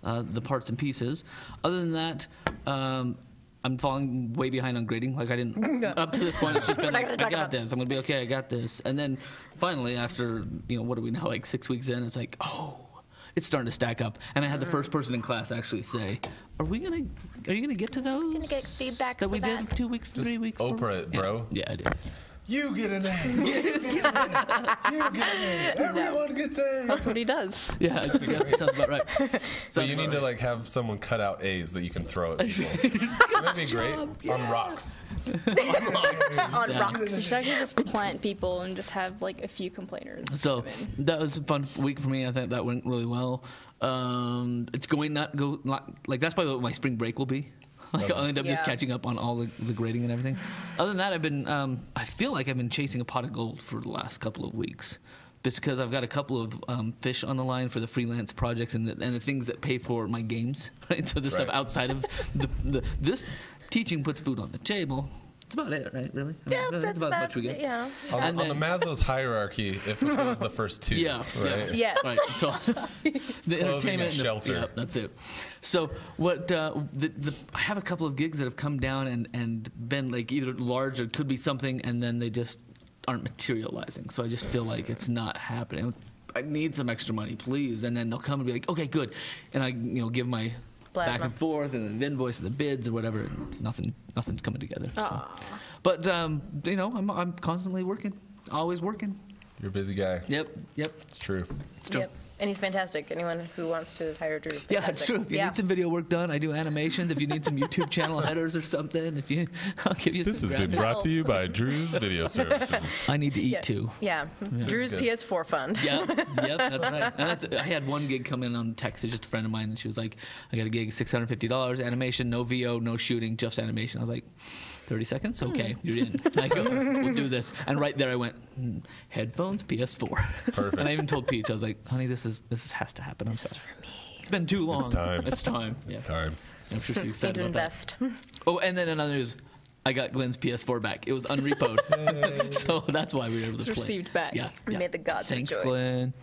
[SPEAKER 2] uh, the parts and pieces. Other than that, um, I'm falling way behind on grading. Like I
[SPEAKER 5] (laughs)
[SPEAKER 2] didn't up to this point. It's just been
[SPEAKER 4] not
[SPEAKER 2] like I
[SPEAKER 4] gonna
[SPEAKER 2] got
[SPEAKER 4] talk about
[SPEAKER 2] this. I'm gonna be okay. I got this. And then finally, after you know, what do we know? Like six weeks in, it's like oh. It's starting to stack up, and I had the
[SPEAKER 5] Mm.
[SPEAKER 2] first person in class actually say, "Are we gonna? Are you gonna get to those?
[SPEAKER 5] Gonna get feedback
[SPEAKER 2] that
[SPEAKER 5] for
[SPEAKER 2] we did
[SPEAKER 5] that."
[SPEAKER 2] two weeks, three weeks, four
[SPEAKER 1] Oprah it,
[SPEAKER 2] weeks?"
[SPEAKER 1] bro.
[SPEAKER 2] Yeah, I did.
[SPEAKER 1] You get an A. You get an A. You get an A. Everyone gets A.
[SPEAKER 3] That's what he does.
[SPEAKER 2] Yeah, yeah sounds about right.
[SPEAKER 1] So
[SPEAKER 2] Sounds
[SPEAKER 1] you
[SPEAKER 2] about
[SPEAKER 1] need to
[SPEAKER 2] right.
[SPEAKER 1] like have someone cut out A's that you can throw
[SPEAKER 2] (laughs)
[SPEAKER 1] at people. That'd be great on rocks.
[SPEAKER 4] on
[SPEAKER 2] Yeah.
[SPEAKER 4] rocks.
[SPEAKER 3] (laughs) You should actually just plant people and just have like a few complainers.
[SPEAKER 2] So
[SPEAKER 3] come in.
[SPEAKER 2] that was a fun week for me. I think that went really well. Um, it's going not go not, like that's probably what my spring break will be. (laughs) Like I'll end up just
[SPEAKER 4] Yeah.
[SPEAKER 2] catching up on all the, the grading and everything. Other than that, I've been um, I feel like I've been chasing a pot of gold for the last couple of weeks, just because I've got a couple of um, fish on the line for the freelance projects and the, and the things that pay for my games. (laughs) Right, so the stuff
[SPEAKER 1] Right.
[SPEAKER 2] outside of the, the this teaching puts food on the table. It's about it, right? Really? I mean,
[SPEAKER 4] Yeah,
[SPEAKER 2] really,
[SPEAKER 4] that's
[SPEAKER 2] as
[SPEAKER 4] about
[SPEAKER 2] much we get.
[SPEAKER 4] yeah.
[SPEAKER 1] On,
[SPEAKER 2] And
[SPEAKER 1] on the
[SPEAKER 2] then-
[SPEAKER 1] Maslow's hierarchy, it fulfills the first two.
[SPEAKER 2] Yeah,
[SPEAKER 1] Right.
[SPEAKER 4] Yeah.
[SPEAKER 2] Right.
[SPEAKER 4] (laughs)
[SPEAKER 2] So the
[SPEAKER 1] and
[SPEAKER 2] entertainment, and the,
[SPEAKER 1] shelter.
[SPEAKER 2] yeah, that's it. So what? Uh, the, the, I have a couple of gigs that have come down and and been like either large or could be something, and then they just aren't materializing. So I just feel like it's not happening. I need some extra money, please. And then they'll come and be like, okay, good, and I you know give my back
[SPEAKER 4] Plasma.
[SPEAKER 2] and forth and the invoice and the bids or whatever. and Nothing, nothing's coming together. So. But um, you know, I'm I'm constantly working, always working.
[SPEAKER 1] You're a busy guy.
[SPEAKER 2] Yep, yep.
[SPEAKER 1] It's true.
[SPEAKER 2] It's true.
[SPEAKER 4] Yep. And he's fantastic. Anyone who wants to hire Drew.
[SPEAKER 2] Yeah, it's
[SPEAKER 4] fantastic.
[SPEAKER 2] true. If you
[SPEAKER 4] Yeah.
[SPEAKER 2] need some video work done, I do animations. If you need some YouTube channel headers or something, if you, I'll give you
[SPEAKER 1] This
[SPEAKER 2] some
[SPEAKER 1] has been
[SPEAKER 2] graphics.
[SPEAKER 1] brought to you by Drew's
[SPEAKER 2] (laughs)
[SPEAKER 1] Video Services.
[SPEAKER 2] I need to eat
[SPEAKER 4] Yeah.
[SPEAKER 2] too.
[SPEAKER 4] Yeah. Drew's
[SPEAKER 1] good.
[SPEAKER 4] PS4 fund.
[SPEAKER 2] Yep, yep, that's right. And that's, I had one gig come in on text. It's just a friend of mine, and she was like, "I got a gig, six hundred fifty dollars, animation, no VO, no shooting, just animation." I was like, 30 seconds? Okay, you're in. (laughs) I go, we'll do this. And right there, I went, hmm, headphones, PS4.
[SPEAKER 1] Perfect.
[SPEAKER 2] And I even told Peach, I was like, honey, this is this has to happen. I'm sorry. It's been too long.
[SPEAKER 1] time.
[SPEAKER 2] It's time.
[SPEAKER 1] It's
[SPEAKER 2] Yeah.
[SPEAKER 1] time.
[SPEAKER 2] I'm sure she's
[SPEAKER 4] Need
[SPEAKER 2] excited
[SPEAKER 4] to
[SPEAKER 2] about that.
[SPEAKER 4] invest.
[SPEAKER 2] (laughs) Oh, and then another news. I got Glenn's PS4 back. It was unrepoed, (laughs) so that's why we were able to
[SPEAKER 3] It's
[SPEAKER 2] play.
[SPEAKER 3] received back.
[SPEAKER 2] Yeah,
[SPEAKER 4] We
[SPEAKER 2] yeah.
[SPEAKER 4] made the gods
[SPEAKER 2] Thanks,
[SPEAKER 4] rejoice.
[SPEAKER 2] Glenn.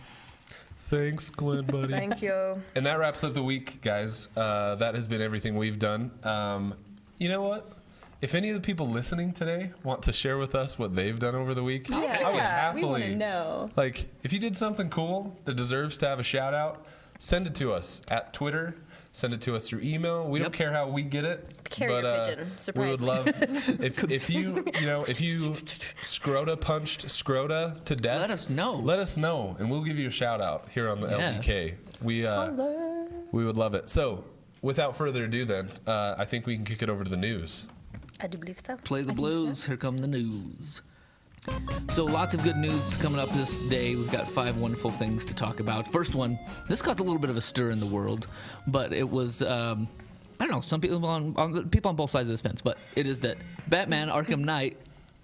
[SPEAKER 1] Thanks, Glenn, buddy.
[SPEAKER 4] Thank you.
[SPEAKER 1] And that wraps up the week, guys. Uh, that has been everything we've done. Um, you know what? If any of the people listening today want to share with us what they've done over the week, I would
[SPEAKER 3] Yeah, we
[SPEAKER 1] happily
[SPEAKER 3] want to know.
[SPEAKER 1] Like, if you did something cool that deserves to have a shout out, send it to us at Twitter. Send it to us through email. We
[SPEAKER 2] Yep.
[SPEAKER 1] don't care how we get it.
[SPEAKER 4] Carrier
[SPEAKER 1] but, uh,
[SPEAKER 4] pigeon.
[SPEAKER 1] We would
[SPEAKER 4] Surprise me. (laughs)
[SPEAKER 1] love if, if you you know if you scrota punched scrota to death.
[SPEAKER 2] Let us know.
[SPEAKER 1] Let us know, and we'll give you a shout out here on the
[SPEAKER 2] Yeah.
[SPEAKER 1] LBK. We uh, we would love it. So, without further ado, then uh, I think we can kick it over to the news.
[SPEAKER 4] I do believe so.
[SPEAKER 2] Play the blues. Here come the news. So lots of good news coming up this day. We've got five wonderful things to talk about. First one, this caused a little bit of a stir in the world, but it was um, I don't know some people on, on people on both sides of this fence, but it is that Batman Arkham Knight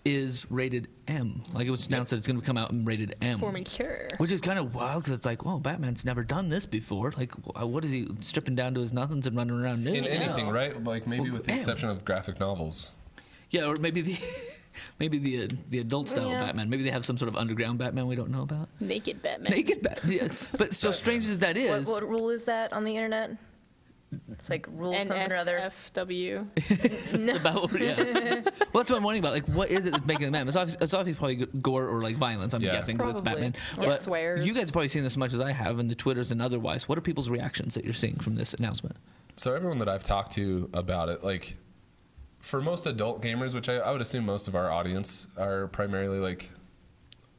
[SPEAKER 2] is rated M. Like it was announced that it's going to come out in rated M.
[SPEAKER 3] Forming cure.
[SPEAKER 2] Which is kind of wild because it's like, well, Batman's never done this before. Like, wh- uh, what is he stripping down to his nothings and running around nude?
[SPEAKER 1] In anything, right? Like maybe
[SPEAKER 2] Well,
[SPEAKER 1] with the
[SPEAKER 2] damn.
[SPEAKER 1] exception of graphic novels.
[SPEAKER 2] Yeah, or maybe the (laughs) maybe the uh, the adult style
[SPEAKER 4] Yeah.
[SPEAKER 2] Batman. Maybe they have some sort of underground Batman we don't know about.
[SPEAKER 3] Naked Batman.
[SPEAKER 2] Naked Batman. Yes, (laughs) but so strange as that
[SPEAKER 4] What,
[SPEAKER 2] is,
[SPEAKER 4] what rule is that on the internet? It's like rule something or other.
[SPEAKER 3] NSFW.
[SPEAKER 2] it's (laughs) about yeah. well, that's what I'm wondering about. Like, what is it that's making them mad? It's obviously, it's obviously probably g- gore or like violence. I'm
[SPEAKER 1] Yeah.
[SPEAKER 2] guessing 'cause it's
[SPEAKER 3] Probably.
[SPEAKER 2] Batman.
[SPEAKER 3] Or
[SPEAKER 2] But
[SPEAKER 3] swears.
[SPEAKER 2] You guys have probably seen this as much as I have in the twitters and otherwise. What are people's reactions that you're seeing from this announcement? (laughs)
[SPEAKER 1] So everyone that I've talked to about it, like for most adult gamers, which I, I would assume most of our audience are primarily like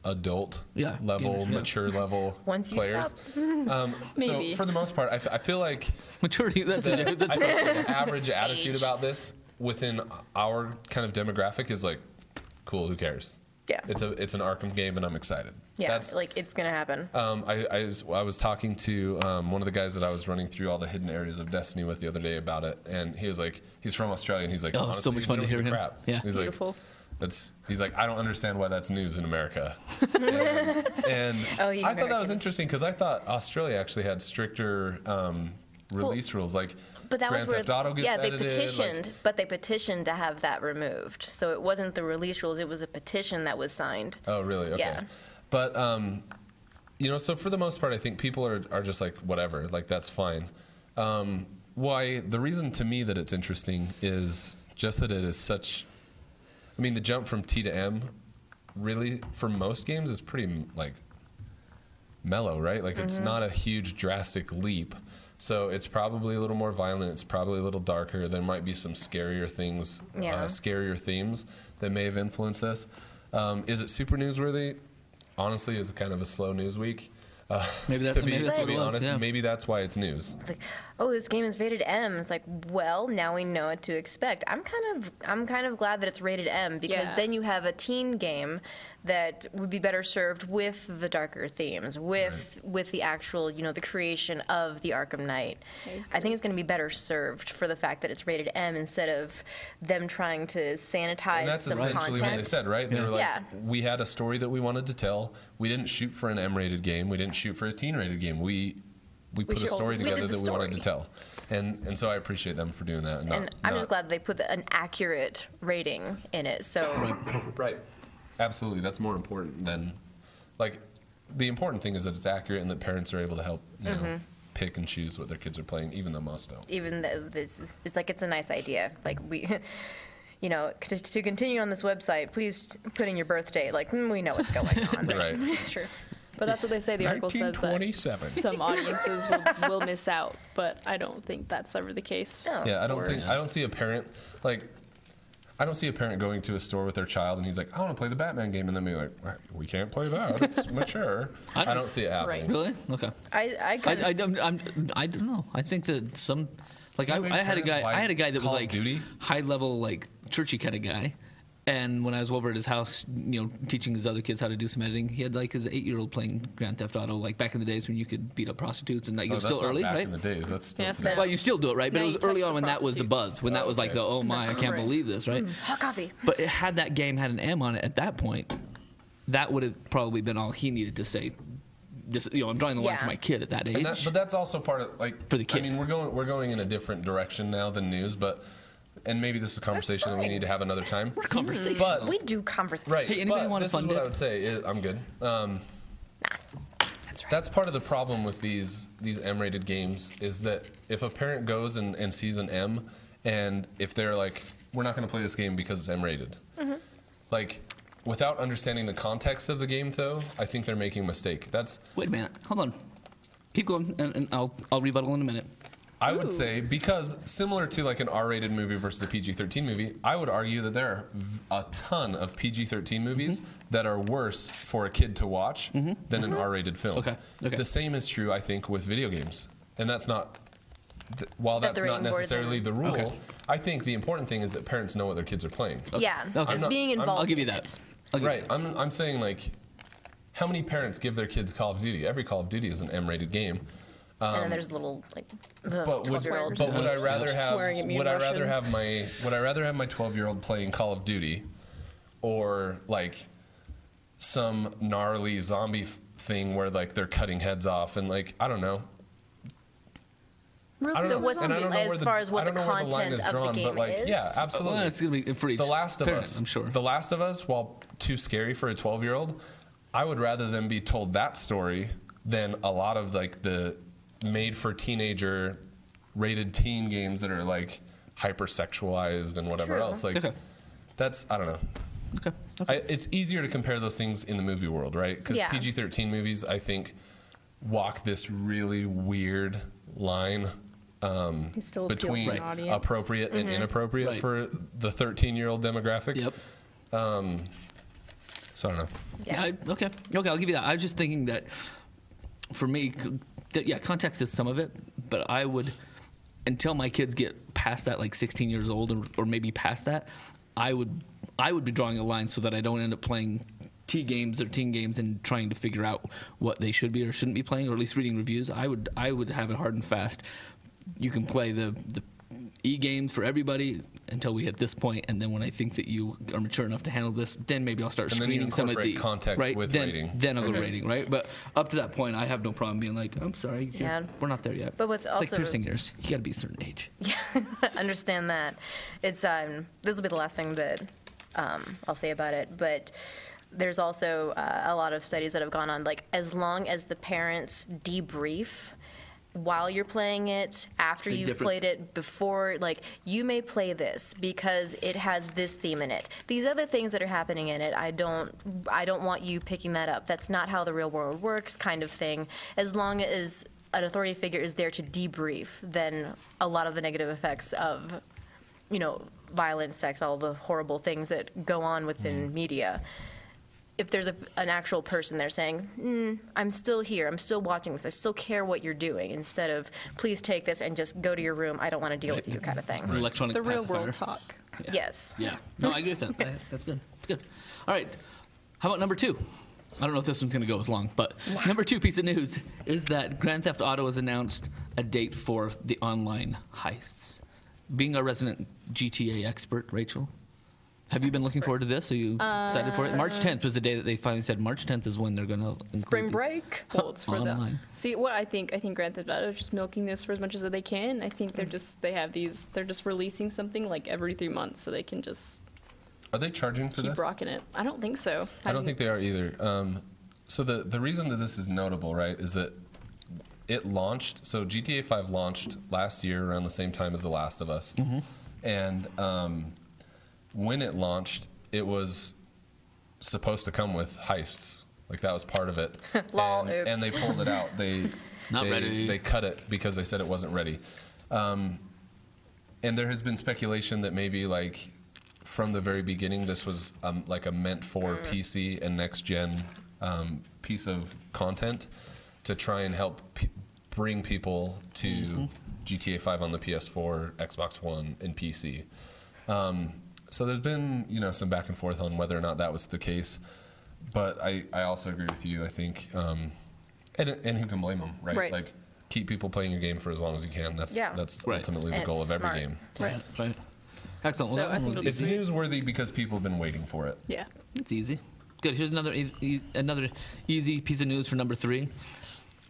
[SPEAKER 1] adult
[SPEAKER 2] Yeah,
[SPEAKER 1] level,
[SPEAKER 2] gamers, yeah.
[SPEAKER 1] mature level
[SPEAKER 4] (laughs) Once you
[SPEAKER 1] players. (laughs) Um,
[SPEAKER 3] Maybe.
[SPEAKER 1] So for the most part, I, f- I feel like
[SPEAKER 2] Maturity. That's
[SPEAKER 1] the, (laughs)
[SPEAKER 2] a, that's
[SPEAKER 1] I
[SPEAKER 2] a-
[SPEAKER 1] feel
[SPEAKER 4] (laughs)
[SPEAKER 1] like the average attitude about this within our kind of demographic is like, cool, who cares?
[SPEAKER 4] Yeah.
[SPEAKER 1] It's a it's an Arkham game, and I'm excited.
[SPEAKER 4] yeah,
[SPEAKER 1] That's
[SPEAKER 4] like it's gonna happen.
[SPEAKER 1] um, I, I, was, I was talking to um, one of the guys that I was running through all the hidden areas of Destiny with the other day about it, and he was like, he's from Australia, and he's like,
[SPEAKER 2] Oh,
[SPEAKER 1] honestly,
[SPEAKER 2] so much
[SPEAKER 1] we
[SPEAKER 2] fun
[SPEAKER 1] don't
[SPEAKER 2] to hear
[SPEAKER 1] give a
[SPEAKER 2] him.
[SPEAKER 1] Crap.
[SPEAKER 2] Yeah.
[SPEAKER 1] he's
[SPEAKER 3] Beautiful.
[SPEAKER 1] like, that's. He's like, I don't understand why that's news in
[SPEAKER 4] (laughs)
[SPEAKER 1] America. and and
[SPEAKER 4] Oh,
[SPEAKER 1] I
[SPEAKER 4] you
[SPEAKER 1] thought that was
[SPEAKER 4] Americans.
[SPEAKER 1] interesting because I thought Australia actually had stricter um, release rules. Like
[SPEAKER 4] But that was
[SPEAKER 1] Grand
[SPEAKER 4] where
[SPEAKER 1] Theft Auto gets
[SPEAKER 4] yeah, they
[SPEAKER 1] edited, like-
[SPEAKER 4] petitioned, but they petitioned to have that removed. So it wasn't the release rules; it was a petition that was signed.
[SPEAKER 1] Oh, really? Okay.
[SPEAKER 4] Yeah.
[SPEAKER 1] But um, you know, so for the most part, I think people are are just like whatever, like that's fine. Um, why? The reason to me that it's interesting is just that it is such. I mean, the jump from T to M, really, for most games, is pretty like mellow, right? Like it's not a huge drastic leap. So it's probably a little more violent. It's probably a little darker. There might be some scarier things,
[SPEAKER 4] Yeah.
[SPEAKER 1] uh, scarier themes that may have influenced this. Um, is it super newsworthy? Honestly, it's kind of a slow news week. Uh,
[SPEAKER 2] Maybe that-
[SPEAKER 1] to be,
[SPEAKER 2] maybe that's
[SPEAKER 1] to
[SPEAKER 4] what
[SPEAKER 1] be
[SPEAKER 4] it
[SPEAKER 2] was,
[SPEAKER 1] honest,
[SPEAKER 2] yeah.
[SPEAKER 1] maybe that's why it's news.
[SPEAKER 4] It's like, oh, this game is rated M. It's like, well, now we know what to expect. I'm kind of, I'm kind of glad that it's rated M because
[SPEAKER 3] Yeah.
[SPEAKER 4] then you have a teen game that would be better served with the darker themes, with with the actual, you know, the creation of the Arkham Knight. I think it's going to be better served for the fact that it's rated M instead of them trying to sanitize
[SPEAKER 1] And that's
[SPEAKER 4] some
[SPEAKER 1] essentially
[SPEAKER 4] content.
[SPEAKER 1] what they said, right? They were like,
[SPEAKER 4] Yeah.
[SPEAKER 1] we had a story that we wanted to tell. We didn't shoot for an M-rated game. We didn't shoot for a teen-rated game. We we, put a
[SPEAKER 3] should-
[SPEAKER 1] story
[SPEAKER 3] we did
[SPEAKER 1] together
[SPEAKER 4] the
[SPEAKER 1] that we wanted to
[SPEAKER 4] story.
[SPEAKER 1] tell, and and so I appreciate them for doing that. And, not-
[SPEAKER 4] And I'm just
[SPEAKER 1] not-
[SPEAKER 4] glad that they put an accurate rating in it. So
[SPEAKER 1] Right. Absolutely. That's more important than, like, the important thing is that it's accurate and that parents are able to help, you
[SPEAKER 4] Mm-hmm.
[SPEAKER 1] know, pick and choose what their kids are playing, even though most don't.
[SPEAKER 4] even though this is it's like it's a nice idea like we (laughs) you know to, to continue on this website please t- put in your birthday like mm, we know
[SPEAKER 1] (laughs)
[SPEAKER 4] what's going on
[SPEAKER 1] Right.
[SPEAKER 3] It's true. But that's what they say. The article says that
[SPEAKER 1] 1927.
[SPEAKER 3] some audiences will, will miss out, but I don't think that's ever the case.
[SPEAKER 4] No.
[SPEAKER 1] Yeah, I don't
[SPEAKER 3] for-
[SPEAKER 1] think I don't see a parent like I don't see a parent going to a store with their child and he's like, I want to play the Batman game, and then be like, "Well, we can't play that. (laughs) It's mature.
[SPEAKER 2] I
[SPEAKER 1] I
[SPEAKER 2] don't-
[SPEAKER 1] don't, see it happening.
[SPEAKER 3] Right.
[SPEAKER 2] Really? Okay.
[SPEAKER 4] i i,
[SPEAKER 2] I,
[SPEAKER 4] could,
[SPEAKER 2] I, I'm, I'm, I don't know. I think that some, like I,
[SPEAKER 1] maybe
[SPEAKER 2] I had a
[SPEAKER 1] parents
[SPEAKER 2] guy.
[SPEAKER 1] buy
[SPEAKER 2] I had a guy that was
[SPEAKER 1] Call of
[SPEAKER 2] like
[SPEAKER 1] Duty?
[SPEAKER 2] high level, like churchy kind of guy. And when I was over at his house, you know, teaching his other kids how to do some editing, he had like his eight year old playing Grand Theft Auto, like back in the days when you could beat up prostitutes and
[SPEAKER 1] Oh,
[SPEAKER 2] like it was
[SPEAKER 1] that's
[SPEAKER 2] still
[SPEAKER 1] not
[SPEAKER 2] early,
[SPEAKER 1] back
[SPEAKER 2] right?
[SPEAKER 1] in the days. That's still
[SPEAKER 3] Yes,
[SPEAKER 1] today.
[SPEAKER 3] now.
[SPEAKER 2] Well, you still do it, right? But
[SPEAKER 3] Now
[SPEAKER 2] it was
[SPEAKER 3] you touch
[SPEAKER 2] early
[SPEAKER 3] the
[SPEAKER 2] on when that was the
[SPEAKER 3] prostitutes. Mm.
[SPEAKER 2] buzz, when that was like
[SPEAKER 1] Okay.
[SPEAKER 2] the oh my, I can't
[SPEAKER 4] Right.
[SPEAKER 2] believe this, right?
[SPEAKER 4] hot coffee
[SPEAKER 2] But it, had that game had an M on it at that point, that would have probably been all he needed to say. This, you know, I'm drawing the line
[SPEAKER 4] Yeah.
[SPEAKER 2] for my kid at that age.
[SPEAKER 1] And that, but that's also part of like
[SPEAKER 2] For the kid.
[SPEAKER 1] I mean, we're going we're going in a different direction now than news, but and maybe this is a conversation that we
[SPEAKER 4] fine.
[SPEAKER 1] need to have another
[SPEAKER 4] (laughs)
[SPEAKER 1] time.
[SPEAKER 2] (laughs)
[SPEAKER 4] Mm-hmm.
[SPEAKER 2] conversation.
[SPEAKER 1] But
[SPEAKER 4] we do conversation
[SPEAKER 1] right,
[SPEAKER 2] Hey, anybody
[SPEAKER 1] but
[SPEAKER 2] want a
[SPEAKER 1] this
[SPEAKER 2] fun
[SPEAKER 1] is what
[SPEAKER 2] dip?
[SPEAKER 1] I would say. Is, I'm good. Um,
[SPEAKER 4] that's right
[SPEAKER 1] That's part of the problem with these these M-rated games is that if a parent goes and, and sees an M, and if they're like, "We're not going to play this game because it's M-rated,"
[SPEAKER 4] Mm-hmm.
[SPEAKER 1] like without understanding the context of the game, though, I think they're making a mistake. That's
[SPEAKER 2] Wait a minute. Hold on. Keep going, and, and I'll I'll rebuttal in a minute.
[SPEAKER 1] I would
[SPEAKER 3] Ooh.
[SPEAKER 1] say because similar to like an R-rated movie versus a PG-13 movie, I would argue that there are v- a ton of PG-13 movies that are worse for a kid to watch than an R-rated film.
[SPEAKER 2] Okay, okay.
[SPEAKER 1] The same is true, I think, with video games, and that's not. Th- while
[SPEAKER 4] That
[SPEAKER 1] that's
[SPEAKER 4] the
[SPEAKER 1] not
[SPEAKER 4] rating board is in.
[SPEAKER 1] necessarily the rule,
[SPEAKER 2] Okay.
[SPEAKER 1] I think the important thing is that parents know what their kids are playing.
[SPEAKER 4] yeah
[SPEAKER 2] Okay.
[SPEAKER 4] just
[SPEAKER 1] I'm not-
[SPEAKER 4] being
[SPEAKER 1] I'm-
[SPEAKER 4] involved
[SPEAKER 2] I'll give you
[SPEAKER 4] in
[SPEAKER 2] that.
[SPEAKER 4] it.
[SPEAKER 2] I'll give you
[SPEAKER 1] Right. I'm, I'm saying like, how many parents give their kids Call of Duty? Every Call of Duty is an M-rated game.
[SPEAKER 4] and then there's little like
[SPEAKER 1] Um, But would,
[SPEAKER 4] squares.
[SPEAKER 1] but would I rather have
[SPEAKER 3] Swearing at me in
[SPEAKER 1] would I rather
[SPEAKER 3] Russian.
[SPEAKER 1] have my would I rather have my 12 year old playing Call of Duty or like some gnarly zombie f- thing where like they're cutting heads off and like I don't know. I don't
[SPEAKER 4] So
[SPEAKER 1] know.
[SPEAKER 4] what's
[SPEAKER 1] and I
[SPEAKER 4] the-
[SPEAKER 1] don't know
[SPEAKER 4] as
[SPEAKER 1] where the,
[SPEAKER 4] far as what
[SPEAKER 1] I don't
[SPEAKER 4] the
[SPEAKER 1] know where the line
[SPEAKER 4] content
[SPEAKER 1] is
[SPEAKER 4] of the
[SPEAKER 1] drawn,
[SPEAKER 4] game
[SPEAKER 1] but like
[SPEAKER 4] is?
[SPEAKER 1] yeah,
[SPEAKER 4] Well,
[SPEAKER 2] That.
[SPEAKER 1] absolutely.
[SPEAKER 2] Well, it's gonna be for each
[SPEAKER 1] The Last of
[SPEAKER 2] parent,
[SPEAKER 1] Us.
[SPEAKER 2] I'm sure.
[SPEAKER 1] The Last of Us, while too scary for a 12 year old, I would rather them be told that story than a lot of like the made for teenager rated teen games that are like hypersexualized and whatever
[SPEAKER 4] True.
[SPEAKER 1] else. Like,
[SPEAKER 2] Okay.
[SPEAKER 1] that's, I don't know.
[SPEAKER 2] okay.
[SPEAKER 1] I, it's easier to compare those things in the movie world, right? Because
[SPEAKER 4] Yeah.
[SPEAKER 1] PG 13 movies, I think, walk this really weird line um,
[SPEAKER 5] They still appeal to
[SPEAKER 1] between
[SPEAKER 5] an audience. Mm-hmm.
[SPEAKER 1] appropriate and inappropriate
[SPEAKER 2] Right.
[SPEAKER 1] for the 13 year old demographic.
[SPEAKER 2] Yep.
[SPEAKER 1] So I don't know.
[SPEAKER 4] Yeah.
[SPEAKER 2] I, okay. Okay. I'll give you that. I was just thinking that for me, c- that, yeah, context is some of it, but I would until my kids get past that, like 16 years old, or, or maybe past that, I would I would be drawing a line so that I don't end up playing T games or teen games and trying to figure out what they should be or shouldn't be playing, or at least reading reviews. I would I would have it hard and fast. You can play the the e-games for everybody until we hit this point, and then when I think that you are mature enough to handle this, then maybe I'll start
[SPEAKER 1] And then you
[SPEAKER 2] screening some of the
[SPEAKER 1] incorporate context
[SPEAKER 2] right,
[SPEAKER 1] with
[SPEAKER 2] then,
[SPEAKER 1] rating.
[SPEAKER 2] Then I'll go to rating, right? But up to that point, I have no problem being like, I'm sorry, you're-
[SPEAKER 4] Yeah.
[SPEAKER 2] we're not there yet.
[SPEAKER 4] But what's
[SPEAKER 2] it's
[SPEAKER 4] also-
[SPEAKER 2] like piercing ears? You got to be a certain age.
[SPEAKER 4] (laughs) understand that. It's um, this will be the last thing that um, I'll say about it, but there's also uh, a lot of studies that have gone on. Like as long as the parents debrief while you're playing it, after
[SPEAKER 2] Big
[SPEAKER 4] you've
[SPEAKER 2] difference.
[SPEAKER 4] played it, before, like you may play this because it has this theme in it. These other things that are happening in it, I don't, I don't want you picking that up. That's not how the real world works, kind of thing. As long as an authority figure is there to debrief, then a lot of the negative effects of, you know, violence, sex, all the horrible things that go on
[SPEAKER 2] Mm.
[SPEAKER 4] within media. If there's a, an actual person there saying, mm, "I'm still here, I'm still watching this, I still care what you're doing," instead of "Please take this and just go to your room, I don't want to deal with you," kind of thing.
[SPEAKER 2] An Electronic
[SPEAKER 3] The real
[SPEAKER 2] pacifier.
[SPEAKER 3] world talk.
[SPEAKER 4] Yes.
[SPEAKER 2] Yeah. No, I agree with that. I- That's good. That's good. All right. How about number two? I don't know if this one's going to go as long, but number two piece of news is that Grand Theft Auto has announced a date for the online heists. Being a resident GTA expert, Rachel, have you been looking forward to this? Are you excited for it? March
[SPEAKER 4] Uh,
[SPEAKER 2] 10th was the day that they finally said March 10th is when they're going to
[SPEAKER 3] Spring break holds for
[SPEAKER 2] Online.
[SPEAKER 3] them. See what I think. I think Grand Theft Auto is just milking this for as much as they can. I think
[SPEAKER 1] Mm.
[SPEAKER 3] they're just they have these. They're just releasing something like every three months, so they can just
[SPEAKER 1] Are they charging for
[SPEAKER 3] keep
[SPEAKER 1] this?
[SPEAKER 3] rocking it. I don't think so.
[SPEAKER 1] I don't think they are either. Um, so the the reason that this is notable, right, is that it launched. So GTA 5 launched last year around the same time as The Last of Us, and um, when it launched, it was supposed to come with heists. Like that was part of it,
[SPEAKER 4] (laughs) Lol,
[SPEAKER 1] and,
[SPEAKER 4] oops.
[SPEAKER 1] and they pulled it out.
[SPEAKER 4] (laughs)
[SPEAKER 1] They
[SPEAKER 2] Not
[SPEAKER 1] they,
[SPEAKER 2] ready.
[SPEAKER 1] They cut it because they said it wasn't ready. Um, and there has been speculation that maybe like from the very beginning this was um, like a meant for PC and next gen um, piece of content to try and help p- bring people to
[SPEAKER 2] Mm-hmm.
[SPEAKER 1] GTA 5 on the PS4, Xbox One, and PC. Um, so there's been you know some back and forth on whether or not that was the case, but I, I also agree with you. I think um, and and who can blame them, right?
[SPEAKER 3] Right.
[SPEAKER 1] Like keep people playing your game for as long as you can. That's
[SPEAKER 4] Yeah.
[SPEAKER 1] that's
[SPEAKER 2] Right.
[SPEAKER 1] ultimately the
[SPEAKER 4] And
[SPEAKER 1] goal
[SPEAKER 4] it's
[SPEAKER 1] of every
[SPEAKER 4] smart.
[SPEAKER 1] game.
[SPEAKER 3] Right.
[SPEAKER 2] Right. Excellent.
[SPEAKER 3] So
[SPEAKER 2] well, that
[SPEAKER 3] I
[SPEAKER 2] one
[SPEAKER 3] think
[SPEAKER 2] was
[SPEAKER 3] it'll be
[SPEAKER 1] It's newsworthy because people have been waiting for it.
[SPEAKER 3] Yeah.
[SPEAKER 2] It's easy. Good. Here's another e- e- another easy piece of news for number three.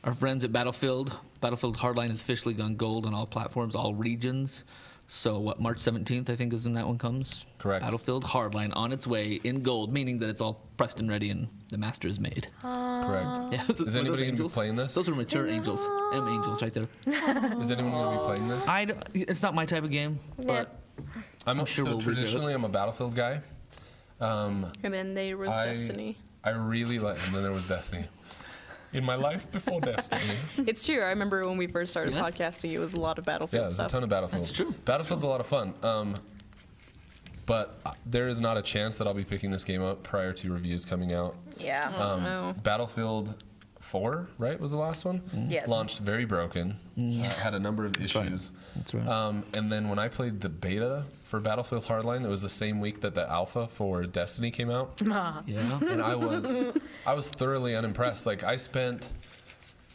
[SPEAKER 2] Our friends at Battlefield, Battlefield Hardline has officially gone gold on all platforms, all regions. So what? March 17th, I think, is when that one comes.
[SPEAKER 1] Correct.
[SPEAKER 2] Battlefield Hardline on its way in gold, meaning that it's all pressed and ready, and the master is made.
[SPEAKER 1] Correct.
[SPEAKER 2] yeah. (laughs) those- were those
[SPEAKER 1] anybody gonna be
[SPEAKER 2] angels?
[SPEAKER 1] playing this?
[SPEAKER 2] Those are mature angels, M angels, right
[SPEAKER 3] (laughs)
[SPEAKER 2] there.
[SPEAKER 1] Is anyone going to be playing this?
[SPEAKER 2] I. don't- It's not my type of game.
[SPEAKER 1] but I'm,
[SPEAKER 2] I'm sure
[SPEAKER 1] so
[SPEAKER 2] we'll redo it.
[SPEAKER 1] traditionally I'm a Battlefield guy. Um,
[SPEAKER 3] And then there was
[SPEAKER 1] I,
[SPEAKER 3] Destiny.
[SPEAKER 1] I really like. And then there was Destiny. In my life
[SPEAKER 2] (laughs)
[SPEAKER 1] before Destiny,
[SPEAKER 3] It's true. I remember when we first started
[SPEAKER 2] Yes.
[SPEAKER 3] podcasting, it was a lot of
[SPEAKER 1] yeah,
[SPEAKER 3] Battlefield
[SPEAKER 1] there's a
[SPEAKER 3] stuff.
[SPEAKER 1] ton of Battlefield.
[SPEAKER 2] That's true.
[SPEAKER 1] Battlefield's a lot of fun. Um, but uh, there is not a chance that I'll be picking this game up prior to reviews coming out.
[SPEAKER 4] Yeah.
[SPEAKER 2] Uh,
[SPEAKER 1] Um,
[SPEAKER 3] no.
[SPEAKER 1] Battlefield 4, right, was the last one?
[SPEAKER 4] Yes.
[SPEAKER 1] Launched very broken, uh, had a number of
[SPEAKER 2] right.
[SPEAKER 1] issues.
[SPEAKER 2] Mm-hmm. That's right.
[SPEAKER 1] Um, and then when I played the beta for Battlefield Hardline, it was the same week that the alpha for Destiny came out,
[SPEAKER 2] Yeah.
[SPEAKER 1] and I was I was thoroughly unimpressed. Like I spent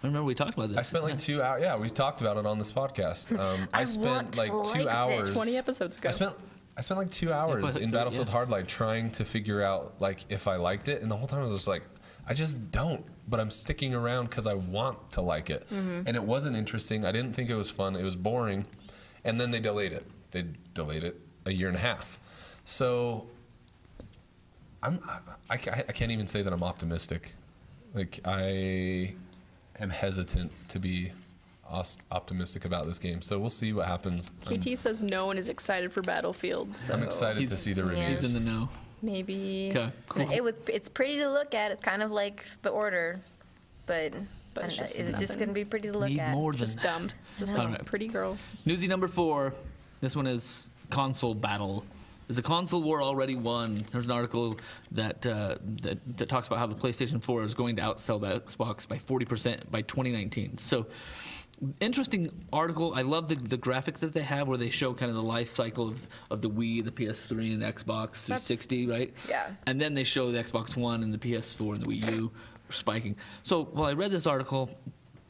[SPEAKER 2] I remember we talked about this.
[SPEAKER 1] I spent like two hours. Yeah, we talked about it on this podcast. Um, I,
[SPEAKER 4] I want
[SPEAKER 1] spent
[SPEAKER 4] to
[SPEAKER 1] like
[SPEAKER 4] like
[SPEAKER 1] two
[SPEAKER 4] this.
[SPEAKER 1] hours.
[SPEAKER 3] 20 episodes ago.
[SPEAKER 1] I spent I spent like two hours
[SPEAKER 2] quite
[SPEAKER 1] in
[SPEAKER 2] literally,
[SPEAKER 1] Battlefield
[SPEAKER 2] yeah.
[SPEAKER 1] Hardline trying to figure out like if I liked it, and the whole time I was just like, I just don't. But I'm sticking around because I want to like it, and it wasn't interesting. I didn't think it was fun. It was boring, and then they delayed it. They delayed it a year and a half. So I'm I, I ca- I can't even say that I'm optimistic. Like I am hesitant to be os- optimistic about this game. So we'll see what happens. I'm-
[SPEAKER 3] KT says no one is excited for Battlefield, so
[SPEAKER 1] I'm excited to
[SPEAKER 2] He's-
[SPEAKER 1] see the
[SPEAKER 4] yeah.
[SPEAKER 1] reviews.
[SPEAKER 2] He's in the know.
[SPEAKER 3] maybe.
[SPEAKER 2] Okay. Cool.
[SPEAKER 4] It was. It's pretty to look at. It's kind of like the order, but,
[SPEAKER 3] But it's
[SPEAKER 4] I don't know,
[SPEAKER 3] just
[SPEAKER 4] it's just
[SPEAKER 3] nothing.
[SPEAKER 4] gonna be pretty to look
[SPEAKER 2] Need
[SPEAKER 4] at.
[SPEAKER 2] more than
[SPEAKER 3] Just dumb. Just
[SPEAKER 2] All
[SPEAKER 3] like
[SPEAKER 2] right.
[SPEAKER 3] pretty girl.
[SPEAKER 2] Newsy number four. This one is console battle. Is the console war already won? There's an article that, uh, that that talks about how the PlayStation 4 is going to outsell the Xbox by 40% by 2019. So, interesting article. I love the, the graphic that they have where they show kind of the life cycle of, of the Wii, the PS3, and the Xbox 360, right?
[SPEAKER 4] yeah.
[SPEAKER 2] And then they show the Xbox One and the PS4 and the Wii U spiking. So while I read this article,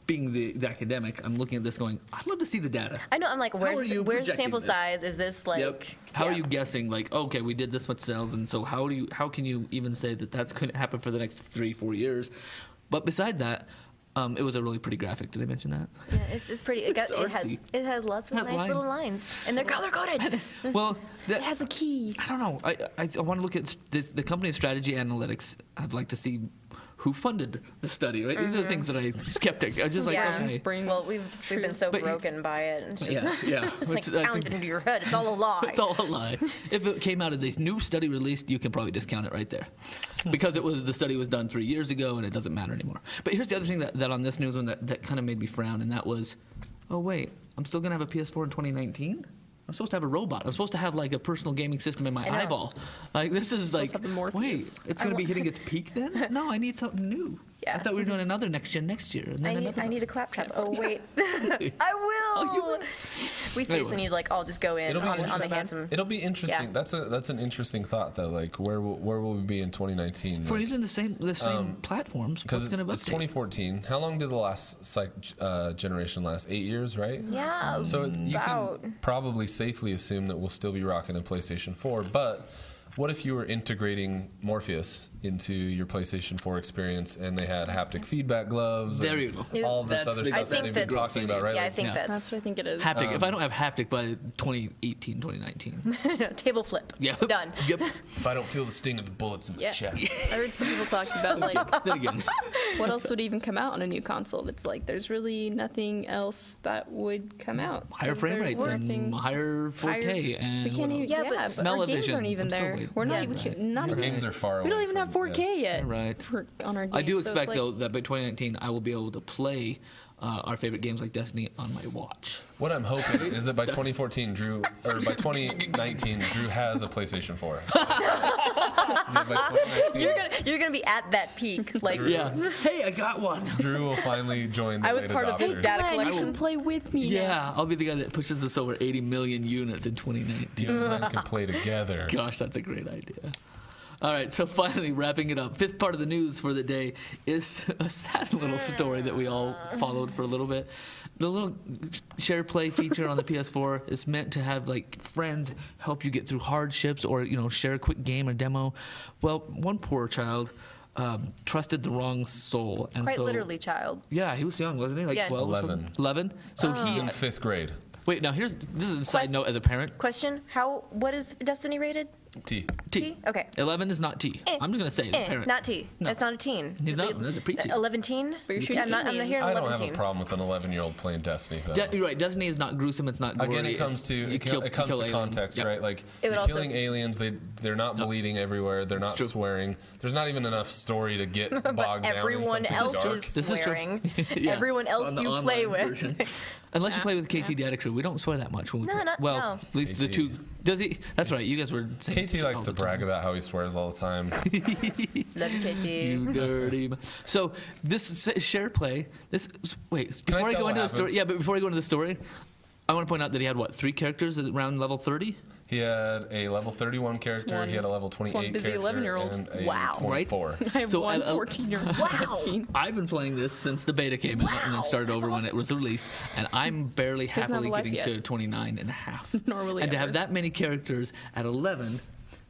[SPEAKER 2] being the, the academic, I'm looking at this going, I'd love to see the data.
[SPEAKER 4] I know. I'm like,
[SPEAKER 2] are
[SPEAKER 4] where's
[SPEAKER 2] you
[SPEAKER 4] where's the
[SPEAKER 2] projecting
[SPEAKER 4] sample
[SPEAKER 2] this?
[SPEAKER 4] size? Is this like?
[SPEAKER 2] yep. How are
[SPEAKER 4] yeah.
[SPEAKER 2] you guessing? Like, okay, we did this much sales, and so how do you? How can you even say that that's going to happen for the next three, four years? But beside that, um, it was a really pretty graphic. Did I mention that?
[SPEAKER 3] (laughs)
[SPEAKER 4] Yeah, it's, it's pretty. It, got,
[SPEAKER 2] It's
[SPEAKER 4] it has
[SPEAKER 2] artsy.
[SPEAKER 4] it has lots of
[SPEAKER 2] It has
[SPEAKER 4] nice little
[SPEAKER 2] lines.
[SPEAKER 4] lines, and they're color
[SPEAKER 2] (laughs)
[SPEAKER 4] coded.
[SPEAKER 2] well,
[SPEAKER 3] It
[SPEAKER 2] that,
[SPEAKER 3] has a key.
[SPEAKER 2] I don't know. I I, I want to look at s- this, the company's strategy analytics. I'd like to see who funded the study. Right?
[SPEAKER 3] Mm-hmm.
[SPEAKER 2] These are the things that I (laughs) skeptic. I just like
[SPEAKER 4] Yeah.
[SPEAKER 2] okay.
[SPEAKER 3] Spring.
[SPEAKER 4] well, we've we've been so
[SPEAKER 2] But you-
[SPEAKER 4] broken by it. and It's just, (laughs)
[SPEAKER 2] Yeah, yeah. Which
[SPEAKER 4] just
[SPEAKER 2] I
[SPEAKER 4] like
[SPEAKER 2] think-
[SPEAKER 4] pounded into your head. It's all a lie.
[SPEAKER 2] It's all a lie. if it came out as a new study released, you can probably discount it right there,
[SPEAKER 4] Hmm.
[SPEAKER 2] because it was the study was done three years ago and it doesn't matter anymore. But here's the other thing that, that on this news one that, that kind of made me frown, and that was, oh wait, I'm still gonna have a PS4 in 2019. I'm supposed to have a robot. I'm supposed to have like a personal gaming system in my
[SPEAKER 4] know.
[SPEAKER 2] eyeball. Like this is like
[SPEAKER 3] have the
[SPEAKER 2] wait,
[SPEAKER 3] Morpheus.
[SPEAKER 2] it's gonna be hitting its peak
[SPEAKER 4] (laughs)
[SPEAKER 2] then? No, I need something new. I
[SPEAKER 4] Yeah.
[SPEAKER 2] thought we were doing another next gen next year. And then
[SPEAKER 4] I need,
[SPEAKER 2] another
[SPEAKER 4] I
[SPEAKER 2] one.
[SPEAKER 4] need a claptrap. Oh wait, (laughs)
[SPEAKER 2] (laughs)
[SPEAKER 4] I will.
[SPEAKER 2] Oh, you will.
[SPEAKER 4] We seriously
[SPEAKER 2] Anyway.
[SPEAKER 4] need like all just go in
[SPEAKER 1] It'll be
[SPEAKER 4] on, on the
[SPEAKER 1] interesting.
[SPEAKER 4] handsome.
[SPEAKER 1] It'll be interesting.
[SPEAKER 4] Yeah.
[SPEAKER 1] That's a that's an interesting thought though. Like where will, where will we be in 2019?
[SPEAKER 2] For using the same the same platforms, what's
[SPEAKER 1] Um, Because it's,
[SPEAKER 2] gonna
[SPEAKER 1] it's
[SPEAKER 2] update?
[SPEAKER 1] 2014. How long did the last psych, uh, generation last? Eight years, right?
[SPEAKER 4] Yeah.
[SPEAKER 1] So it- you
[SPEAKER 4] About.
[SPEAKER 1] can probably safely assume that we'll still be rocking a PlayStation 4. But what if you were integrating Morpheus into your PlayStation 4 experience and they had haptic feedback gloves?
[SPEAKER 2] There
[SPEAKER 1] and
[SPEAKER 2] you go.
[SPEAKER 4] Dude,
[SPEAKER 1] All this
[SPEAKER 2] that's
[SPEAKER 1] other
[SPEAKER 2] the-
[SPEAKER 1] stuff
[SPEAKER 2] I
[SPEAKER 1] that
[SPEAKER 2] think
[SPEAKER 1] they've been
[SPEAKER 2] that's-
[SPEAKER 1] talking about, right?
[SPEAKER 4] Yeah, I
[SPEAKER 1] Like,
[SPEAKER 4] think
[SPEAKER 2] Yeah.
[SPEAKER 4] that's, (laughs)
[SPEAKER 3] That's what I think it is.
[SPEAKER 2] Haptic. if I don't have haptic by 2018, 2019.
[SPEAKER 4] table flip.
[SPEAKER 2] Yeah.
[SPEAKER 4] (laughs) Done.
[SPEAKER 2] (laughs) Yep.
[SPEAKER 1] if I don't feel the sting of the bullets in
[SPEAKER 3] Yeah.
[SPEAKER 1] my chest.
[SPEAKER 3] I heard some people talking
[SPEAKER 2] (laughs)
[SPEAKER 3] about like
[SPEAKER 2] Then again.
[SPEAKER 3] what else would even come out on a new console? It's like there's really nothing else that would come out.
[SPEAKER 2] Higher
[SPEAKER 3] 'Cause
[SPEAKER 2] frame
[SPEAKER 3] there's
[SPEAKER 2] rates and
[SPEAKER 3] nothing-
[SPEAKER 2] higher 4K and
[SPEAKER 3] we
[SPEAKER 2] what
[SPEAKER 3] can't even.
[SPEAKER 2] else?
[SPEAKER 3] Yeah,
[SPEAKER 4] Yeah,
[SPEAKER 3] but,
[SPEAKER 4] but
[SPEAKER 2] smell
[SPEAKER 3] our games
[SPEAKER 2] vision,
[SPEAKER 3] aren't even
[SPEAKER 2] I'm still
[SPEAKER 3] there.
[SPEAKER 2] waiting.
[SPEAKER 3] We're not.
[SPEAKER 2] Yeah,
[SPEAKER 3] we
[SPEAKER 2] right.
[SPEAKER 3] can, not (laughs)
[SPEAKER 1] Our
[SPEAKER 3] even.
[SPEAKER 1] games are far
[SPEAKER 3] We don't
[SPEAKER 1] away
[SPEAKER 3] even
[SPEAKER 1] from-
[SPEAKER 3] have 4K yet.
[SPEAKER 2] Right.
[SPEAKER 3] For, on our. Game.
[SPEAKER 2] I do
[SPEAKER 3] so it's
[SPEAKER 2] expect
[SPEAKER 3] like-
[SPEAKER 2] though that by 2019 I will be able to play uh, our favorite games like Destiny on my watch.
[SPEAKER 1] What I'm hoping is that by 2014, Drew, or by 2019, Drew has a PlayStation 4.
[SPEAKER 4] (laughs)
[SPEAKER 1] Is that by 2019,
[SPEAKER 4] You're gonna you're gonna be at
[SPEAKER 2] (laughs)
[SPEAKER 4] that peak. Like
[SPEAKER 2] Hey, I got one.
[SPEAKER 1] Drew will finally join the
[SPEAKER 4] I was
[SPEAKER 1] late
[SPEAKER 4] part of the
[SPEAKER 1] adopters.
[SPEAKER 4] data
[SPEAKER 3] Glenn, (laughs) you
[SPEAKER 4] collection.
[SPEAKER 3] can play with me. now.
[SPEAKER 2] Yeah, I'll be the guy that pushes us over 80 million units in 2019.
[SPEAKER 1] You and I can play
[SPEAKER 4] (laughs)
[SPEAKER 1] together.
[SPEAKER 2] Gosh, that's a great idea. All right, so finally wrapping it up. Fifth part of the news for the day is (laughs) a sad little story that we all followed for a little bit. The little share play feature on the (laughs) PS4 is meant to have like friends help you get through hardships or you know share a quick game or demo. Well, one poor child um, trusted the wrong soul, and
[SPEAKER 4] quite
[SPEAKER 2] so
[SPEAKER 4] literally, child.
[SPEAKER 2] yeah, he was young, wasn't he? Like
[SPEAKER 4] Yeah. Oh.
[SPEAKER 2] 12 or something?
[SPEAKER 1] 11.
[SPEAKER 2] 11. So
[SPEAKER 1] He's
[SPEAKER 2] he
[SPEAKER 1] in fifth grade.
[SPEAKER 2] wait. Now here's this is a side
[SPEAKER 4] Quest-
[SPEAKER 2] note as a parent.
[SPEAKER 4] Question: How? What is Destiny rated?
[SPEAKER 1] T.
[SPEAKER 2] T.
[SPEAKER 4] T? Okay.
[SPEAKER 2] Eleven is not T.
[SPEAKER 4] Eh.
[SPEAKER 2] am just gonna say it as a
[SPEAKER 4] Eh,
[SPEAKER 2] parent.
[SPEAKER 4] not T. That's not a teen.
[SPEAKER 2] He's not- that's a preteen.
[SPEAKER 4] Eleven teen.
[SPEAKER 3] We're shooting
[SPEAKER 4] I'm not. I'm not
[SPEAKER 3] teens.
[SPEAKER 4] hearing
[SPEAKER 1] I
[SPEAKER 4] eleven
[SPEAKER 1] don't have
[SPEAKER 4] teen.
[SPEAKER 1] a problem with an 11 year old playing Destiny, though.
[SPEAKER 2] De- you're right. Destiny is not gruesome. It's not gory.
[SPEAKER 1] Again, it comes
[SPEAKER 2] it's-
[SPEAKER 1] to
[SPEAKER 2] you
[SPEAKER 1] it, co-
[SPEAKER 2] kill-
[SPEAKER 1] it comes
[SPEAKER 2] kill
[SPEAKER 1] to
[SPEAKER 2] aliens.
[SPEAKER 1] context,
[SPEAKER 2] Yep.
[SPEAKER 1] right? Like
[SPEAKER 4] It would
[SPEAKER 1] you're
[SPEAKER 4] also-
[SPEAKER 1] killing aliens, they they're not bleeding everywhere. They're not
[SPEAKER 2] true.
[SPEAKER 1] swearing. There's not even enough story to get bogged
[SPEAKER 4] (laughs) But
[SPEAKER 1] down. in
[SPEAKER 4] everyone
[SPEAKER 1] something
[SPEAKER 4] else
[SPEAKER 1] dark.
[SPEAKER 4] is
[SPEAKER 2] This is true.
[SPEAKER 4] swearing.
[SPEAKER 2] (laughs) Yeah.
[SPEAKER 4] Everyone else
[SPEAKER 2] On the
[SPEAKER 4] you play
[SPEAKER 2] online
[SPEAKER 4] with. (laughs)
[SPEAKER 2] version. Unless you
[SPEAKER 3] Yeah.
[SPEAKER 2] play with KT Data Crew, we don't swear that much when we
[SPEAKER 4] No,
[SPEAKER 2] play.
[SPEAKER 4] no,
[SPEAKER 2] well,
[SPEAKER 4] no.
[SPEAKER 2] at least the
[SPEAKER 1] KT.
[SPEAKER 2] two. Does he? That's right. You guys were. saying
[SPEAKER 1] KT
[SPEAKER 2] shit
[SPEAKER 1] likes
[SPEAKER 2] all
[SPEAKER 1] to
[SPEAKER 2] the time.
[SPEAKER 1] brag about how he swears all the time.
[SPEAKER 4] Love you, KT.
[SPEAKER 2] You dirty. m- So this is- share play. This s- wait. s-
[SPEAKER 1] Can I
[SPEAKER 2] Before I,
[SPEAKER 1] tell
[SPEAKER 2] go
[SPEAKER 1] what
[SPEAKER 2] into the story,
[SPEAKER 1] happened?
[SPEAKER 2] yeah, but before I go into the story, I want to point out that he had what three characters at around level thirty.
[SPEAKER 1] He had a level 31 character.
[SPEAKER 3] one-
[SPEAKER 1] he had a level
[SPEAKER 3] it's one
[SPEAKER 1] 28
[SPEAKER 3] busy
[SPEAKER 1] character
[SPEAKER 3] 11-year-old.
[SPEAKER 1] and a
[SPEAKER 4] Wow.
[SPEAKER 2] Right?
[SPEAKER 1] 24.
[SPEAKER 3] (laughs) I have
[SPEAKER 2] So
[SPEAKER 3] one
[SPEAKER 2] I- I-
[SPEAKER 3] 14
[SPEAKER 2] (laughs)
[SPEAKER 3] year old.
[SPEAKER 4] Wow.
[SPEAKER 2] I've been playing this since the beta came out and then started over when it was released, and
[SPEAKER 3] (laughs)
[SPEAKER 2] I'm barely
[SPEAKER 3] doesn't have
[SPEAKER 2] happily
[SPEAKER 3] a life
[SPEAKER 2] getting
[SPEAKER 3] yet.
[SPEAKER 2] to 29 and a half.
[SPEAKER 3] (laughs) Normally
[SPEAKER 2] And to have
[SPEAKER 3] ever.
[SPEAKER 2] that many characters at 11,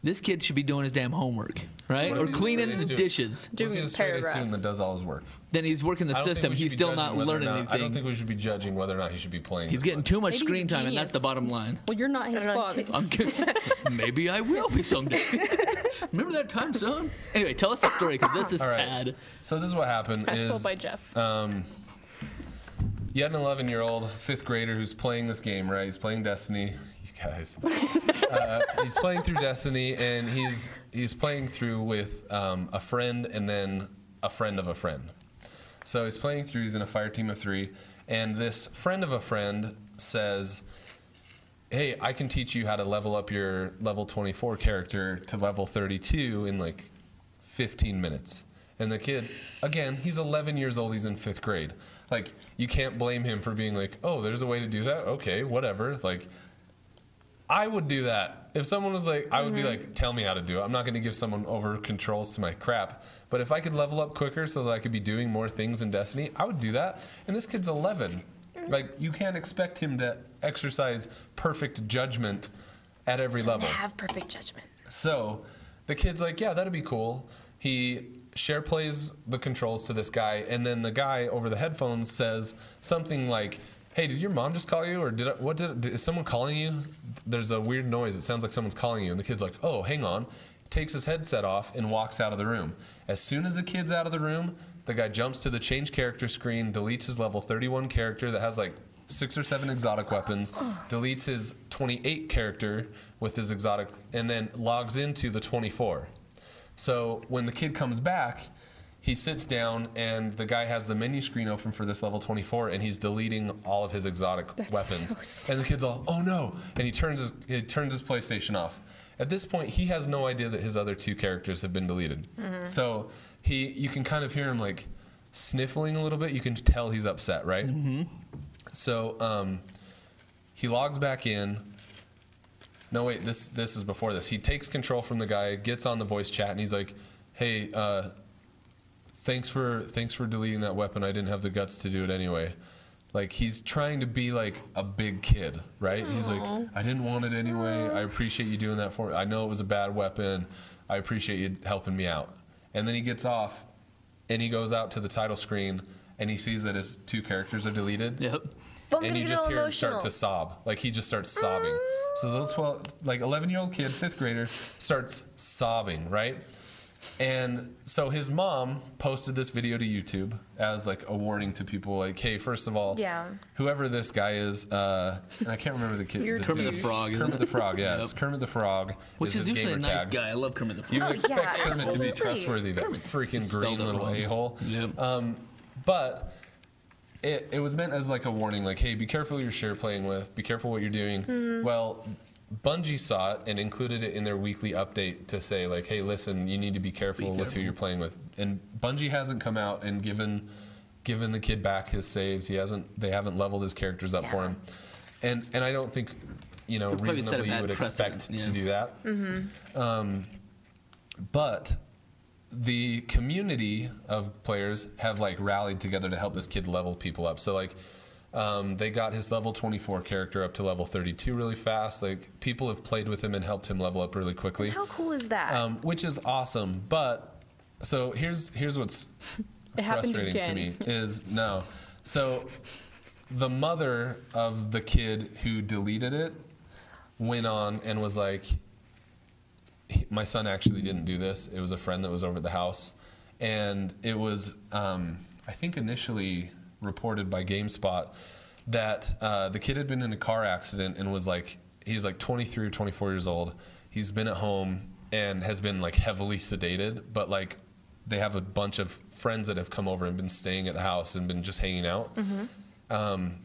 [SPEAKER 2] this kid should be doing his damn homework, right?
[SPEAKER 1] What
[SPEAKER 2] Or
[SPEAKER 1] if he's
[SPEAKER 2] cleaning
[SPEAKER 1] straight
[SPEAKER 2] the
[SPEAKER 1] A's too?
[SPEAKER 2] dishes.
[SPEAKER 1] What if
[SPEAKER 3] (laughs) Doing
[SPEAKER 1] he's a
[SPEAKER 3] his
[SPEAKER 1] straight A student that
[SPEAKER 3] paragraphs.
[SPEAKER 1] does all his work.
[SPEAKER 2] Then he's working the
[SPEAKER 1] I don't think
[SPEAKER 2] system.
[SPEAKER 1] we should
[SPEAKER 2] He's
[SPEAKER 1] be
[SPEAKER 2] still
[SPEAKER 1] judging
[SPEAKER 2] not
[SPEAKER 1] whether or
[SPEAKER 2] learning
[SPEAKER 1] not- I don't
[SPEAKER 2] anything.
[SPEAKER 1] think we should be judging whether or not he should be playing.
[SPEAKER 2] He's
[SPEAKER 1] this
[SPEAKER 2] getting
[SPEAKER 1] much.
[SPEAKER 2] too much
[SPEAKER 3] Maybe he's a
[SPEAKER 2] screen time, and that's the
[SPEAKER 3] genius.
[SPEAKER 2] bottom line.
[SPEAKER 3] (laughs) Well, you're not his
[SPEAKER 4] I don't know,
[SPEAKER 3] father.
[SPEAKER 4] kids-
[SPEAKER 3] (laughs)
[SPEAKER 2] I'm kidding. Maybe I will be someday. Remember that time, son? Anyway, tell us the story because this is
[SPEAKER 1] All right.
[SPEAKER 2] sad.
[SPEAKER 1] So this is what happened.
[SPEAKER 3] As told
[SPEAKER 1] is,
[SPEAKER 3] by Jeff.
[SPEAKER 2] uh,
[SPEAKER 1] Um, you had an 11 year old fifth grader who's playing this game, right? He's playing Destiny. You guys. uh, he's playing through Destiny, and he's he's playing through with um, a friend, and then a friend of a friend. So he's playing through. He's in a fire team of three, and this friend of a friend says. Hey, I can teach you how to level up your level 24 character to level 32 in like 15 minutes. And the kid, again, he's 11 years old. He's in fifth grade. Like, you can't blame him for being like, oh, there's a way to do that. Okay, whatever. Like, I would do that. If someone was like, I would be like, tell me how to do it. I'm not going to give someone over controls to my crap. But if I could level up quicker so that I could be doing more things in Destiny, I would do that. And this kid's 11. Like, you can't expect him to exercise perfect judgment at every level.
[SPEAKER 4] Have perfect judgment.
[SPEAKER 1] So the kid's like, yeah, that'd be cool. He share plays the controls to this guy, and then the guy over the headphones says something like, "Hey, did your mom just call you, or did I, what did, did is someone calling you? There's a weird noise. It sounds like someone's calling you." And the kid's like, "Oh, hang on." Takes his headset off and walks out of the room. As soon as the kid's out of the room, the guy jumps to the change character screen, deletes his level 31 character that has like six or seven exotic weapons, deletes his 28 character with his exotic, and then logs into the 24. So when the kid comes back, he sits down and the guy has the menu screen open for this level 24 and he's deleting all of his exotic weapons.
[SPEAKER 3] so (laughs) sad.
[SPEAKER 1] and the kid's all, "Oh no." And he turns his he turns his PlayStation off. At this point, he has no idea that his other two characters have been deleted.
[SPEAKER 3] Mm-hmm.
[SPEAKER 1] So, he you can kind of hear him like sniffling a little bit. You can tell he's upset, right? So um, he logs back in. No, wait. This this is before this. He takes control from the guy, gets on the voice chat, and he's like, "Hey, uh, thanks for thanks for deleting that weapon. I didn't have the guts to do it anyway." Like he's trying to be like a big kid, right? He's like, "I didn't want it anyway. I appreciate you doing that for me. I know it was a bad weapon. I appreciate you helping me out." And then he gets off, and he goes out to the title screen, and he sees that his two characters are deleted
[SPEAKER 2] Yep.
[SPEAKER 4] But I'm
[SPEAKER 1] and
[SPEAKER 4] gonna
[SPEAKER 1] you
[SPEAKER 4] get
[SPEAKER 1] just
[SPEAKER 4] all
[SPEAKER 1] hear him start to
[SPEAKER 4] emotional.
[SPEAKER 1] sob. Like he just starts sobbing. So the little twelve, like eleven year old kid, fifth grader, starts sobbing, right? And so his mom posted this video to YouTube as like a warning to people, like, hey, first of all,
[SPEAKER 4] Yeah.
[SPEAKER 1] whoever this guy is, uh, and I can't remember the kid.
[SPEAKER 3] You're
[SPEAKER 1] the
[SPEAKER 2] Kermit the
[SPEAKER 1] dude.
[SPEAKER 2] Frog, isn't
[SPEAKER 1] Kermit
[SPEAKER 2] it?
[SPEAKER 1] the Frog, yeah,
[SPEAKER 2] (laughs) Yep.
[SPEAKER 1] it's Kermit the Frog,
[SPEAKER 2] Which is
[SPEAKER 1] his
[SPEAKER 2] usually a
[SPEAKER 1] gamer
[SPEAKER 2] nice
[SPEAKER 1] tag.
[SPEAKER 2] guy. I love Kermit the Frog.
[SPEAKER 1] You would
[SPEAKER 4] Oh,
[SPEAKER 1] expect
[SPEAKER 4] yeah,
[SPEAKER 1] Kermit to be
[SPEAKER 4] absolutely.
[SPEAKER 1] trustworthy, that freaking green
[SPEAKER 2] spelled it
[SPEAKER 1] little
[SPEAKER 2] wrong.
[SPEAKER 1] a hole.
[SPEAKER 2] Yep.
[SPEAKER 1] Um, but it, it was meant as like a warning, like, hey, be careful who you're share playing with, be careful what you're doing.
[SPEAKER 4] Mm-hmm.
[SPEAKER 1] Well, Bungie saw it and included it in their weekly update to say, like, hey, listen, you need to be careful with who
[SPEAKER 2] careful.
[SPEAKER 1] you're playing with. And Bungie hasn't come out and given given the kid back his saves. He hasn't they haven't leveled his characters up for
[SPEAKER 4] Yeah.
[SPEAKER 1] him. And and I don't think you know,
[SPEAKER 2] They've probably set a
[SPEAKER 1] reasonably you
[SPEAKER 2] bad
[SPEAKER 1] would expect
[SPEAKER 2] precedent,
[SPEAKER 1] to
[SPEAKER 2] yeah.
[SPEAKER 1] do that. Um, but the community of players have like rallied together to help this kid level people up. So like um, they got his level 24 character up to level 32 really fast. Like people have played with him and helped him level up really quickly
[SPEAKER 4] How cool is that?
[SPEAKER 1] um, which is awesome. But so here's here's what's
[SPEAKER 3] (laughs) It happened
[SPEAKER 1] frustrating to me
[SPEAKER 3] again.
[SPEAKER 1] is no. So the mother of the kid who deleted it went on and was like, "He- "My son actually didn't do this. It was a friend that was over at the house, and it was um, I think initially reported by GameSpot that uh, the kid had been in a car accident and was like he's like 23 or 24 years old. He's been at home and has been like heavily sedated, but like they have a bunch of friends that have come over and been staying at the house and been just hanging out. Um,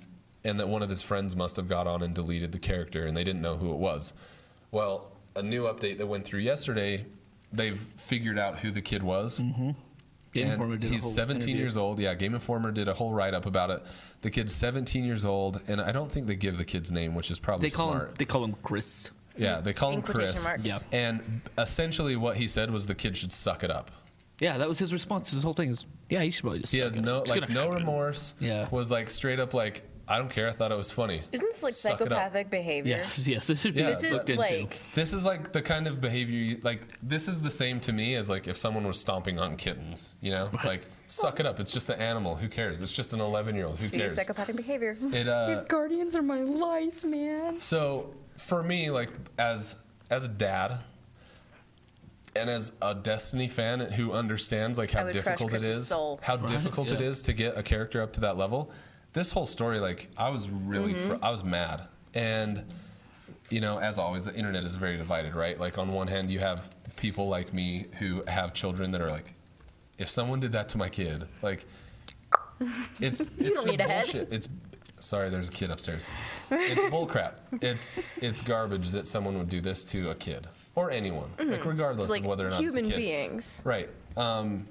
[SPEAKER 1] and that one of his friends must have got on and deleted the character and they didn't know who it was. Well, a new update that went through yesterday, they've figured out who the kid was.
[SPEAKER 2] Mm-hmm. Game
[SPEAKER 1] And
[SPEAKER 2] Informer did a
[SPEAKER 1] he's
[SPEAKER 2] whole
[SPEAKER 1] 17
[SPEAKER 2] interview.
[SPEAKER 1] years old. Yeah, Game Informer did a whole write up about it. The kid's 17 years old, and I don't think they give the kid's name, which is probably
[SPEAKER 2] They call
[SPEAKER 1] smart.
[SPEAKER 2] him. They call him Chris.
[SPEAKER 1] yeah, they call
[SPEAKER 4] In
[SPEAKER 1] him
[SPEAKER 4] quotation
[SPEAKER 1] Chris.
[SPEAKER 4] marks.
[SPEAKER 2] Yeah.
[SPEAKER 1] And essentially, what he said was the kid should suck it up.
[SPEAKER 2] Yeah, that was his response. His whole thing is, yeah, you should probably just.
[SPEAKER 1] He
[SPEAKER 2] suck
[SPEAKER 1] has
[SPEAKER 2] it up.
[SPEAKER 1] no
[SPEAKER 2] It's
[SPEAKER 1] like
[SPEAKER 2] gonna
[SPEAKER 1] no
[SPEAKER 2] happen.
[SPEAKER 1] remorse.
[SPEAKER 2] Yeah.
[SPEAKER 1] was like straight up like I don't care. I thought it was funny.
[SPEAKER 4] Isn't this like
[SPEAKER 1] Suck it up.
[SPEAKER 4] psychopathic behavior?
[SPEAKER 2] (laughs) Yes, yes, this should be
[SPEAKER 1] Yeah,
[SPEAKER 4] This is
[SPEAKER 2] looked into.
[SPEAKER 4] like
[SPEAKER 1] This is like the kind of behavior you like. This is the same to me as like if someone was stomping on kittens. You know, like suck it up. It's just an animal. Who cares? It's just an 11 year old. Who
[SPEAKER 4] see,
[SPEAKER 1] cares?
[SPEAKER 4] psychopathic behavior.
[SPEAKER 1] It uh,
[SPEAKER 3] These guardians are my life, man.
[SPEAKER 1] So for me, like as as a dad and as a Destiny fan who understands like
[SPEAKER 4] I
[SPEAKER 1] how
[SPEAKER 4] would crush
[SPEAKER 1] difficult it
[SPEAKER 4] Chris's
[SPEAKER 1] is,
[SPEAKER 4] soul.
[SPEAKER 1] how difficult it
[SPEAKER 2] Yeah.
[SPEAKER 1] is to get a character up to that level, this whole story, like I was really,
[SPEAKER 4] Mm-hmm.
[SPEAKER 1] fr- I was mad, and you know, as always, the internet is very divided, right? Like on one hand, you have people like me who have children that are like, if someone did that to my kid,
[SPEAKER 4] (laughs)
[SPEAKER 1] like it's it's
[SPEAKER 4] don't
[SPEAKER 1] just
[SPEAKER 4] need a head.
[SPEAKER 1] bullshit. It's sorry, there's a kid upstairs.
[SPEAKER 4] (laughs)
[SPEAKER 1] It's bullcrap. It's it's garbage that someone would do this to a kid or anyone, like regardless
[SPEAKER 4] Mm-hmm. It's like
[SPEAKER 1] of whether or not
[SPEAKER 4] human
[SPEAKER 1] it's a kid.
[SPEAKER 4] beings.
[SPEAKER 1] Right. Um,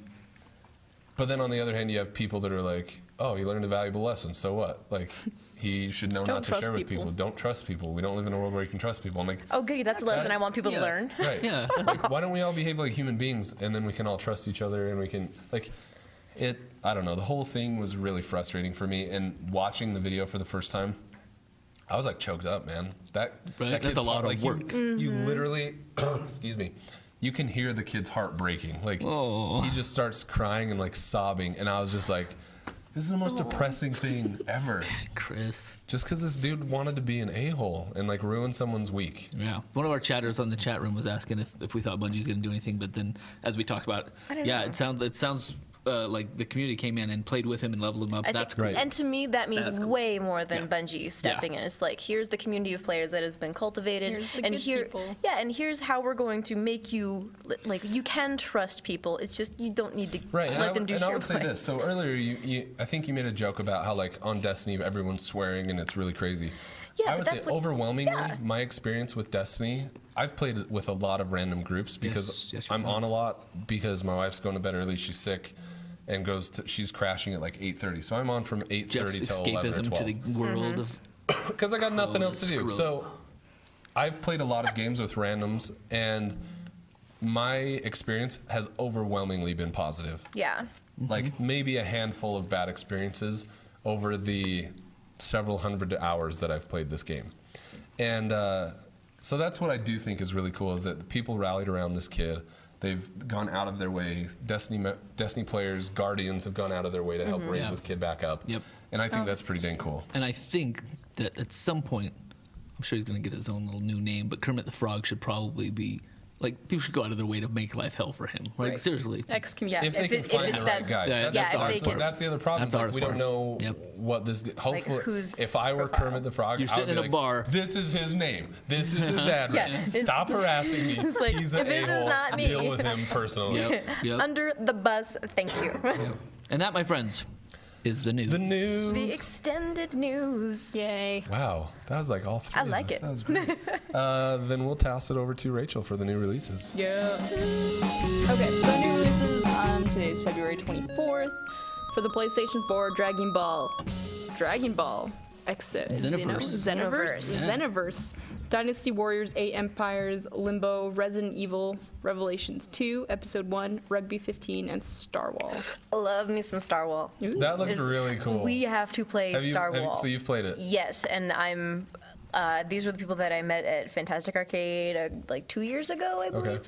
[SPEAKER 1] but then on the other hand, you have people that are like, "Oh, you learned a valuable lesson. So what?" Like, he should know
[SPEAKER 3] Don't
[SPEAKER 1] not to
[SPEAKER 3] trust
[SPEAKER 1] share with
[SPEAKER 3] people.
[SPEAKER 1] people. Don't trust people. We don't live in a world where you can trust people. I'm like,
[SPEAKER 4] Oh, goody, that's a lesson I
[SPEAKER 1] That's-
[SPEAKER 4] want people
[SPEAKER 2] yeah.
[SPEAKER 4] to learn.
[SPEAKER 1] right.
[SPEAKER 2] Yeah.
[SPEAKER 1] Like, why don't we all behave like human beings and then we can all trust each other and we can, like, it, I don't know. The whole thing was really frustrating for me. And watching the video for the first time, I was like choked up, man. That,
[SPEAKER 2] Right?
[SPEAKER 1] that
[SPEAKER 2] That's
[SPEAKER 1] kid's
[SPEAKER 2] a lot
[SPEAKER 1] heart-
[SPEAKER 2] of
[SPEAKER 1] like,
[SPEAKER 2] work.
[SPEAKER 1] You, you literally, (clears throat) excuse me, you can hear the kid's heart breaking. Like,
[SPEAKER 2] Oh.
[SPEAKER 1] he just starts crying and like sobbing. And I was just like, this is the most depressing thing ever.
[SPEAKER 2] Chris.
[SPEAKER 1] Just because this dude wanted to be an a hole and like ruin someone's week.
[SPEAKER 2] Yeah. One of our chatters on the chat room was asking if, if we thought Bungie's going to do anything, but then as we talked about,
[SPEAKER 4] I don't
[SPEAKER 2] yeah,
[SPEAKER 4] know.
[SPEAKER 2] it sounds it sounds uh, like the community came in and played with him and leveled him up.
[SPEAKER 4] I
[SPEAKER 2] That's
[SPEAKER 4] think,
[SPEAKER 2] cool.
[SPEAKER 1] Right.
[SPEAKER 4] And to me, that means
[SPEAKER 2] That's cool.
[SPEAKER 4] way more than
[SPEAKER 2] Yeah.
[SPEAKER 4] Bungie stepping in. It's like here's the community of players that has been cultivated,
[SPEAKER 3] Here's the
[SPEAKER 4] and
[SPEAKER 3] good
[SPEAKER 4] here,
[SPEAKER 3] people.
[SPEAKER 4] yeah, and here's how we're going to make you li- like you can trust people. It's just you don't need to
[SPEAKER 1] Right, and,
[SPEAKER 4] let
[SPEAKER 1] I,
[SPEAKER 4] them
[SPEAKER 1] would-
[SPEAKER 4] do
[SPEAKER 1] and I
[SPEAKER 4] share
[SPEAKER 1] would say
[SPEAKER 4] (laughs)
[SPEAKER 1] this. So earlier, you, you, I think you made a joke about how like on Destiny everyone's swearing and it's really crazy. I
[SPEAKER 4] Yeah, but
[SPEAKER 1] would say
[SPEAKER 4] that's, like-
[SPEAKER 1] overwhelmingly,
[SPEAKER 4] yeah.
[SPEAKER 1] my experience with Destiny, I've played with a lot of random groups because
[SPEAKER 2] Yes, yes, you
[SPEAKER 1] I'm
[SPEAKER 2] have.
[SPEAKER 1] on a lot because my wife's going to bed early, she's sick, and goes to, she's crashing at like 8:30, so I'm on from 8:30
[SPEAKER 2] Jeff's
[SPEAKER 1] till 11 or
[SPEAKER 2] escapism
[SPEAKER 1] 12
[SPEAKER 2] to the
[SPEAKER 4] Mm-hmm.
[SPEAKER 2] world of
[SPEAKER 1] because I got nothing else to do.
[SPEAKER 2] scroll.
[SPEAKER 1] So I've played a lot of games with randoms, and my experience has overwhelmingly been positive.
[SPEAKER 4] yeah,
[SPEAKER 1] Like
[SPEAKER 2] Mm-hmm.
[SPEAKER 1] maybe a handful of bad experiences over the several hundred hours that I've played this game, and uh, so that's what I do think is really cool is that the people rallied around this kid. They've gone out of their way. Destiny, me- Destiny players, Guardians have gone out of their way to help raise
[SPEAKER 2] Mm-hmm. Yeah.
[SPEAKER 1] this kid back up.
[SPEAKER 2] Yep.
[SPEAKER 1] And I think that's pretty dang cool.
[SPEAKER 2] And I think that at some point, I'm sure he's going to get his own little new name, but Kermit the Frog should probably be like people should go out of their way to make life hell for him. Like
[SPEAKER 4] Right.
[SPEAKER 2] seriously.
[SPEAKER 3] Excommunicated.
[SPEAKER 1] if they
[SPEAKER 4] If
[SPEAKER 1] can
[SPEAKER 4] it- if
[SPEAKER 1] find
[SPEAKER 4] it's
[SPEAKER 1] the right
[SPEAKER 4] that-
[SPEAKER 1] guy.
[SPEAKER 2] Yeah,
[SPEAKER 1] that's,
[SPEAKER 2] yeah,
[SPEAKER 1] the
[SPEAKER 2] if
[SPEAKER 1] hardest
[SPEAKER 4] they
[SPEAKER 1] part.
[SPEAKER 4] can-
[SPEAKER 1] That's the other problem.
[SPEAKER 2] That's
[SPEAKER 1] is,
[SPEAKER 2] the
[SPEAKER 1] like,
[SPEAKER 2] hardest
[SPEAKER 1] we don't
[SPEAKER 2] part.
[SPEAKER 1] know
[SPEAKER 2] Yep.
[SPEAKER 1] what this. Hopefully,
[SPEAKER 4] who's
[SPEAKER 1] if I were
[SPEAKER 4] profile?
[SPEAKER 1] Kermit the Frog,
[SPEAKER 2] You're
[SPEAKER 1] I would
[SPEAKER 2] sitting
[SPEAKER 1] be
[SPEAKER 2] in a
[SPEAKER 1] like,
[SPEAKER 2] bar. Uh-huh.
[SPEAKER 1] This is his name. This is his address.
[SPEAKER 4] it's-
[SPEAKER 1] Stop harassing
[SPEAKER 4] (laughs)
[SPEAKER 1] me.
[SPEAKER 4] like,
[SPEAKER 1] He's an
[SPEAKER 4] "This is
[SPEAKER 1] a-hole.
[SPEAKER 4] not me."
[SPEAKER 1] Deal with him personally.
[SPEAKER 2] Yep. Yep.
[SPEAKER 4] under the bus. Thank
[SPEAKER 1] (laughs)
[SPEAKER 4] you.
[SPEAKER 2] and that, my friends, is the news.
[SPEAKER 1] The news.
[SPEAKER 4] the extended news.
[SPEAKER 3] Yay.
[SPEAKER 1] wow, that was like all three.
[SPEAKER 4] I
[SPEAKER 1] of
[SPEAKER 4] like
[SPEAKER 1] us.
[SPEAKER 4] it.
[SPEAKER 1] That was
[SPEAKER 4] (laughs)
[SPEAKER 1] great. uh, then we'll toss it over to Rachel for the new releases.
[SPEAKER 3] Yeah. Okay, so new releases. Um, today is February 24th. For the PlayStation 4, Dragon Ball. Dragon Ball. Exit.
[SPEAKER 2] Xenoverse.
[SPEAKER 3] Xenoverse.
[SPEAKER 4] Xenoverse.
[SPEAKER 3] Xenoverse. Dynasty Warriors, Eight Empires, Limbo, Resident Evil, Revelations 2, Episode 1, Rugby 15, and Starwall.
[SPEAKER 4] Love me some Starwall.
[SPEAKER 1] That looked
[SPEAKER 4] Is-
[SPEAKER 1] really cool.
[SPEAKER 4] We have to play
[SPEAKER 1] have you,
[SPEAKER 4] Star
[SPEAKER 1] have you-
[SPEAKER 4] Wars.
[SPEAKER 1] so you've played it.
[SPEAKER 4] Yes, and I'm. Uh, these were the people that I met at Fantastic Arcade uh, like two years ago, I believe.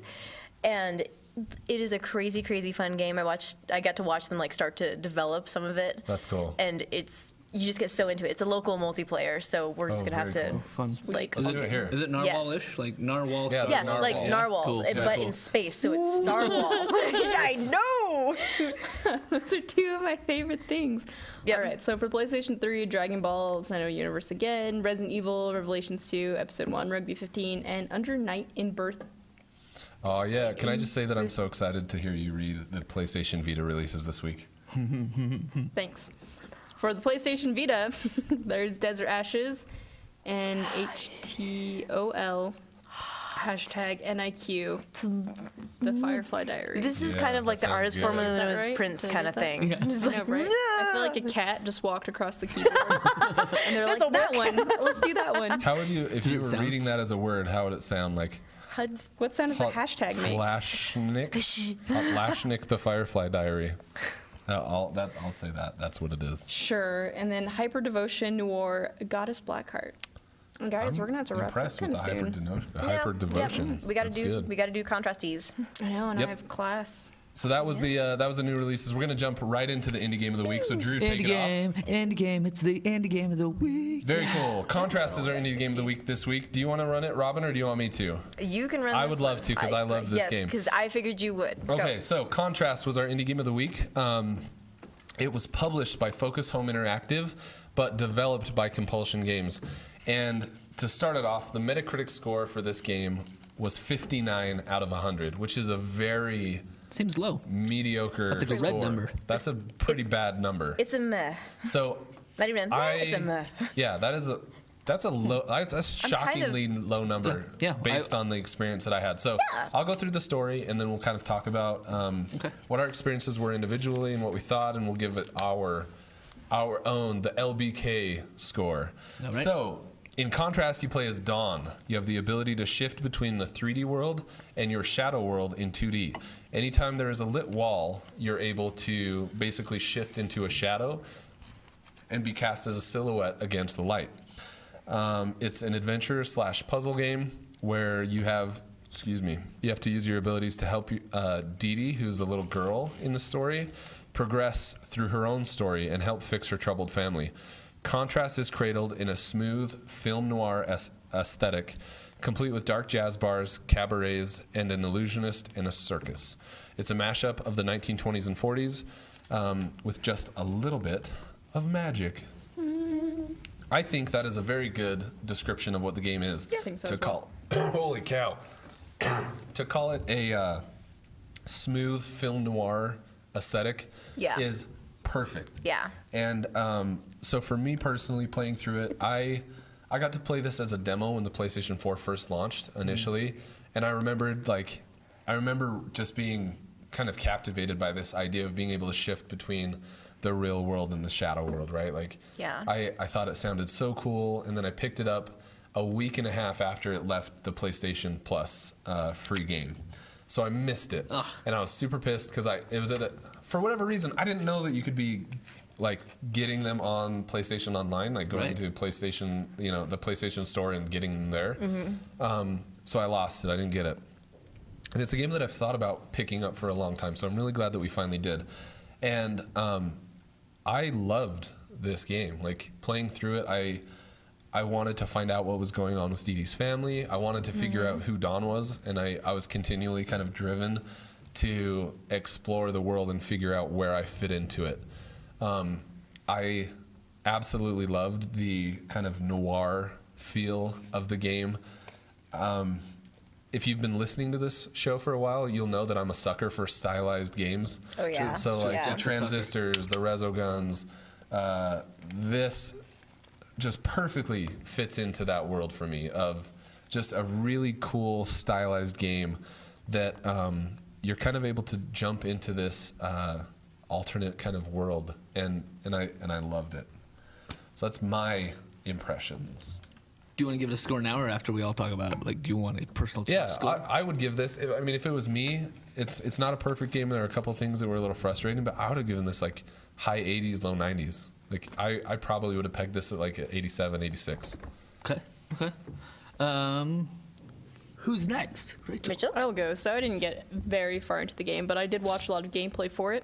[SPEAKER 4] And it is a crazy, crazy fun game. I watched. I got to watch them like start to develop some of it.
[SPEAKER 1] That's cool.
[SPEAKER 4] And it's you just get so into it. It's a local multiplayer, so we're just
[SPEAKER 1] Oh,
[SPEAKER 4] gonna have
[SPEAKER 1] very
[SPEAKER 4] to
[SPEAKER 1] cool.
[SPEAKER 2] Fun.
[SPEAKER 4] like.
[SPEAKER 1] Let's do it here.
[SPEAKER 2] Is it narwhal-ish? Like narwhal?
[SPEAKER 1] Yeah,
[SPEAKER 2] style?
[SPEAKER 4] Yeah,
[SPEAKER 1] Narwhal.
[SPEAKER 4] like
[SPEAKER 1] Yeah.
[SPEAKER 4] narwhals,
[SPEAKER 2] Cool,
[SPEAKER 4] and-
[SPEAKER 2] yeah,
[SPEAKER 4] but
[SPEAKER 2] cool. (laughs)
[SPEAKER 4] in space, so
[SPEAKER 3] (laughs)
[SPEAKER 4] it's Starwall. I know.
[SPEAKER 3] (laughs) Those are two of my favorite things.
[SPEAKER 4] Yep.
[SPEAKER 3] All right, so for PlayStation 3, Dragon Ball, Xeno Universe again, Resident Evil, Revelations 2, Episode 1, Rugby 15, and Under Night in Birth.
[SPEAKER 1] Oh yeah, can I just say that I'm so excited to hear you read the PlayStation Vita releases this week.
[SPEAKER 3] Thanks. For the PlayStation Vita, (laughs) there's Desert Ashes and HTOL, hashtag NIQ, the Firefly Diary.
[SPEAKER 4] This is
[SPEAKER 1] Yeah,
[SPEAKER 4] kind of
[SPEAKER 1] that
[SPEAKER 4] like the
[SPEAKER 1] sounds
[SPEAKER 4] artist
[SPEAKER 1] good.
[SPEAKER 4] formerly
[SPEAKER 3] Is that
[SPEAKER 4] known as
[SPEAKER 3] right?
[SPEAKER 4] Prince
[SPEAKER 3] Did I
[SPEAKER 4] kind of
[SPEAKER 3] get that?
[SPEAKER 4] thing. Just
[SPEAKER 3] I know,
[SPEAKER 4] like,
[SPEAKER 3] right? I feel like a cat just walked across the (laughs) keyboard. and they're like,
[SPEAKER 4] This'll
[SPEAKER 3] that one. Let's do that (laughs) one.
[SPEAKER 1] How would you, if
[SPEAKER 2] Does
[SPEAKER 1] you
[SPEAKER 2] it
[SPEAKER 1] were
[SPEAKER 2] sound-
[SPEAKER 1] reading that as a word, how would it sound like?
[SPEAKER 4] Huds-
[SPEAKER 3] What sound does the
[SPEAKER 1] Hot
[SPEAKER 3] hashtag make?
[SPEAKER 1] Flashnik.
[SPEAKER 3] (laughs)
[SPEAKER 1] Flashnik the Firefly Diary. Uh, I'll, that, I'll say that. That's what it is.
[SPEAKER 3] Sure. And then Hyper Devotion Noir, Goddess Blackheart. And guys, we're gonna have to wrap it up
[SPEAKER 1] impressed
[SPEAKER 3] kind
[SPEAKER 1] with
[SPEAKER 3] of
[SPEAKER 1] the hyper,
[SPEAKER 3] soon.
[SPEAKER 1] deno- the
[SPEAKER 4] Yeah,
[SPEAKER 1] hyper
[SPEAKER 4] yeah,
[SPEAKER 1] devotion.
[SPEAKER 4] We gotta
[SPEAKER 1] That's
[SPEAKER 4] do.
[SPEAKER 1] good.
[SPEAKER 4] We gotta do contrastees.
[SPEAKER 3] I know, and
[SPEAKER 1] Yep.
[SPEAKER 3] I have class.
[SPEAKER 1] so that was the uh, that was the new releases. We're gonna jump right into the indie game of the week. So Drew, take
[SPEAKER 2] Indie
[SPEAKER 1] it off.
[SPEAKER 2] game. Indie game. It's the indie game of the week.
[SPEAKER 1] Very cool. Contrast is our indie game of the week this week. Do you want to run it, Robin, or do you want me to?
[SPEAKER 4] You can run.
[SPEAKER 1] I
[SPEAKER 4] this
[SPEAKER 1] would love
[SPEAKER 4] one.
[SPEAKER 1] to, 'cause I love this
[SPEAKER 4] yes,
[SPEAKER 1] game.
[SPEAKER 4] Because I figured you would. Go.
[SPEAKER 1] Okay, so Contrast was our indie game of the week. Um, it was published by Focus Home Interactive, but developed by Compulsion Games. And to start it off, the Metacritic score for this game was 59 out of 100, which is a very
[SPEAKER 2] Seems low.
[SPEAKER 1] mediocre
[SPEAKER 2] That's a good red
[SPEAKER 1] score.
[SPEAKER 2] number.
[SPEAKER 1] That's a pretty bad number.
[SPEAKER 4] It's a meh.
[SPEAKER 1] so
[SPEAKER 4] Not even a meh.
[SPEAKER 1] I,
[SPEAKER 4] it's a meh. (laughs)
[SPEAKER 1] yeah, that is a that's a low that's a
[SPEAKER 4] I'm kind of-
[SPEAKER 1] shockingly low number
[SPEAKER 2] Yeah, yeah,
[SPEAKER 1] based on the experience that I had. So I'll go through the story and then we'll kind of talk about um,
[SPEAKER 2] Okay.
[SPEAKER 1] what our experiences were individually and what we thought, and we'll give it our our own, the LBK score.
[SPEAKER 2] All right.
[SPEAKER 1] So, in contrast, you play as Dawn. You have the ability to shift between the 3D world and your shadow world in 2D. Anytime there is a lit wall, you're able to basically shift into a shadow and be cast as a silhouette against the light. Um, it's an adventure slash puzzle game where you have, excuse me, you have to use your abilities to help you, uh, Dee Dee, who's a little girl in the story, progress through her own story and help fix her troubled family. Contrast is cradled in a smooth film noir es- aesthetic, complete with dark jazz bars, cabarets, and an illusionist and a circus. It's a mashup of the 1920s and 40s um, with just a little bit of magic. I think that is a very good description of what the game is.
[SPEAKER 3] Yeah, I think so
[SPEAKER 1] to
[SPEAKER 3] as
[SPEAKER 1] call, (coughs) holy cow, to call it a uh, smooth film noir aesthetic
[SPEAKER 4] Yeah.
[SPEAKER 1] is perfect.
[SPEAKER 4] Yeah.
[SPEAKER 1] And um, so for me personally, playing through it, I I got to play this as a demo when the PlayStation 4 first launched
[SPEAKER 3] Mm-hmm.
[SPEAKER 1] initially, and I remembered like I remember just being kind of captivated by this idea of being able to shift between the real world and the shadow world, right? Like
[SPEAKER 4] Yeah.
[SPEAKER 1] I, I thought it sounded so cool, and then I picked it up a week and a half after it left the PlayStation Plus uh, free game. So I missed it, and I was super pissed because I it was at a, for whatever reason I didn't know that you could be like getting them on PlayStation Online, like going
[SPEAKER 2] Right.
[SPEAKER 1] to PlayStation, you know, the PlayStation Store and getting them there. Um, so I lost it. I didn't get it. And it's a game that I've thought about picking up for a long time, so I'm really glad that we finally did. And um, I loved this game. Like playing through it, I I wanted to find out what was going on with Dee Dee's family. I wanted to figure
[SPEAKER 4] Mm.
[SPEAKER 1] out who Don was, and I, I was continually kind of driven to explore the world and figure out where I fit into it. Um, I absolutely loved the kind of noir feel of the game Um, if you've been listening to this show for a while, you'll know that I'm a sucker for stylized games.
[SPEAKER 4] Oh, It's true. yeah.
[SPEAKER 1] So
[SPEAKER 4] It's true.
[SPEAKER 1] like
[SPEAKER 4] Yeah.
[SPEAKER 1] the transistors, the rezo guns, uh, this just perfectly fits into that world for me of just a really cool stylized game that um, you're kind of able to jump into this uh, alternate kind of world and and I and I loved it. So that's my impressions.
[SPEAKER 2] Do you want to give it a score now or after we all talk about it? Like, do you want a personal
[SPEAKER 1] Yeah,
[SPEAKER 2] score?
[SPEAKER 1] I, I would give this. I mean, if it was me, it's it's not a perfect game. There are a couple things that were a little frustrating, but I would have given this like high 80s, low 90s. Like I, I probably would have pegged this at like a 87, 86.
[SPEAKER 2] okay. Okay. Um, who's next? Rachel.
[SPEAKER 4] Mitchell?
[SPEAKER 3] I'll go. So I didn't get very far into the game, but I did watch a lot of gameplay for it.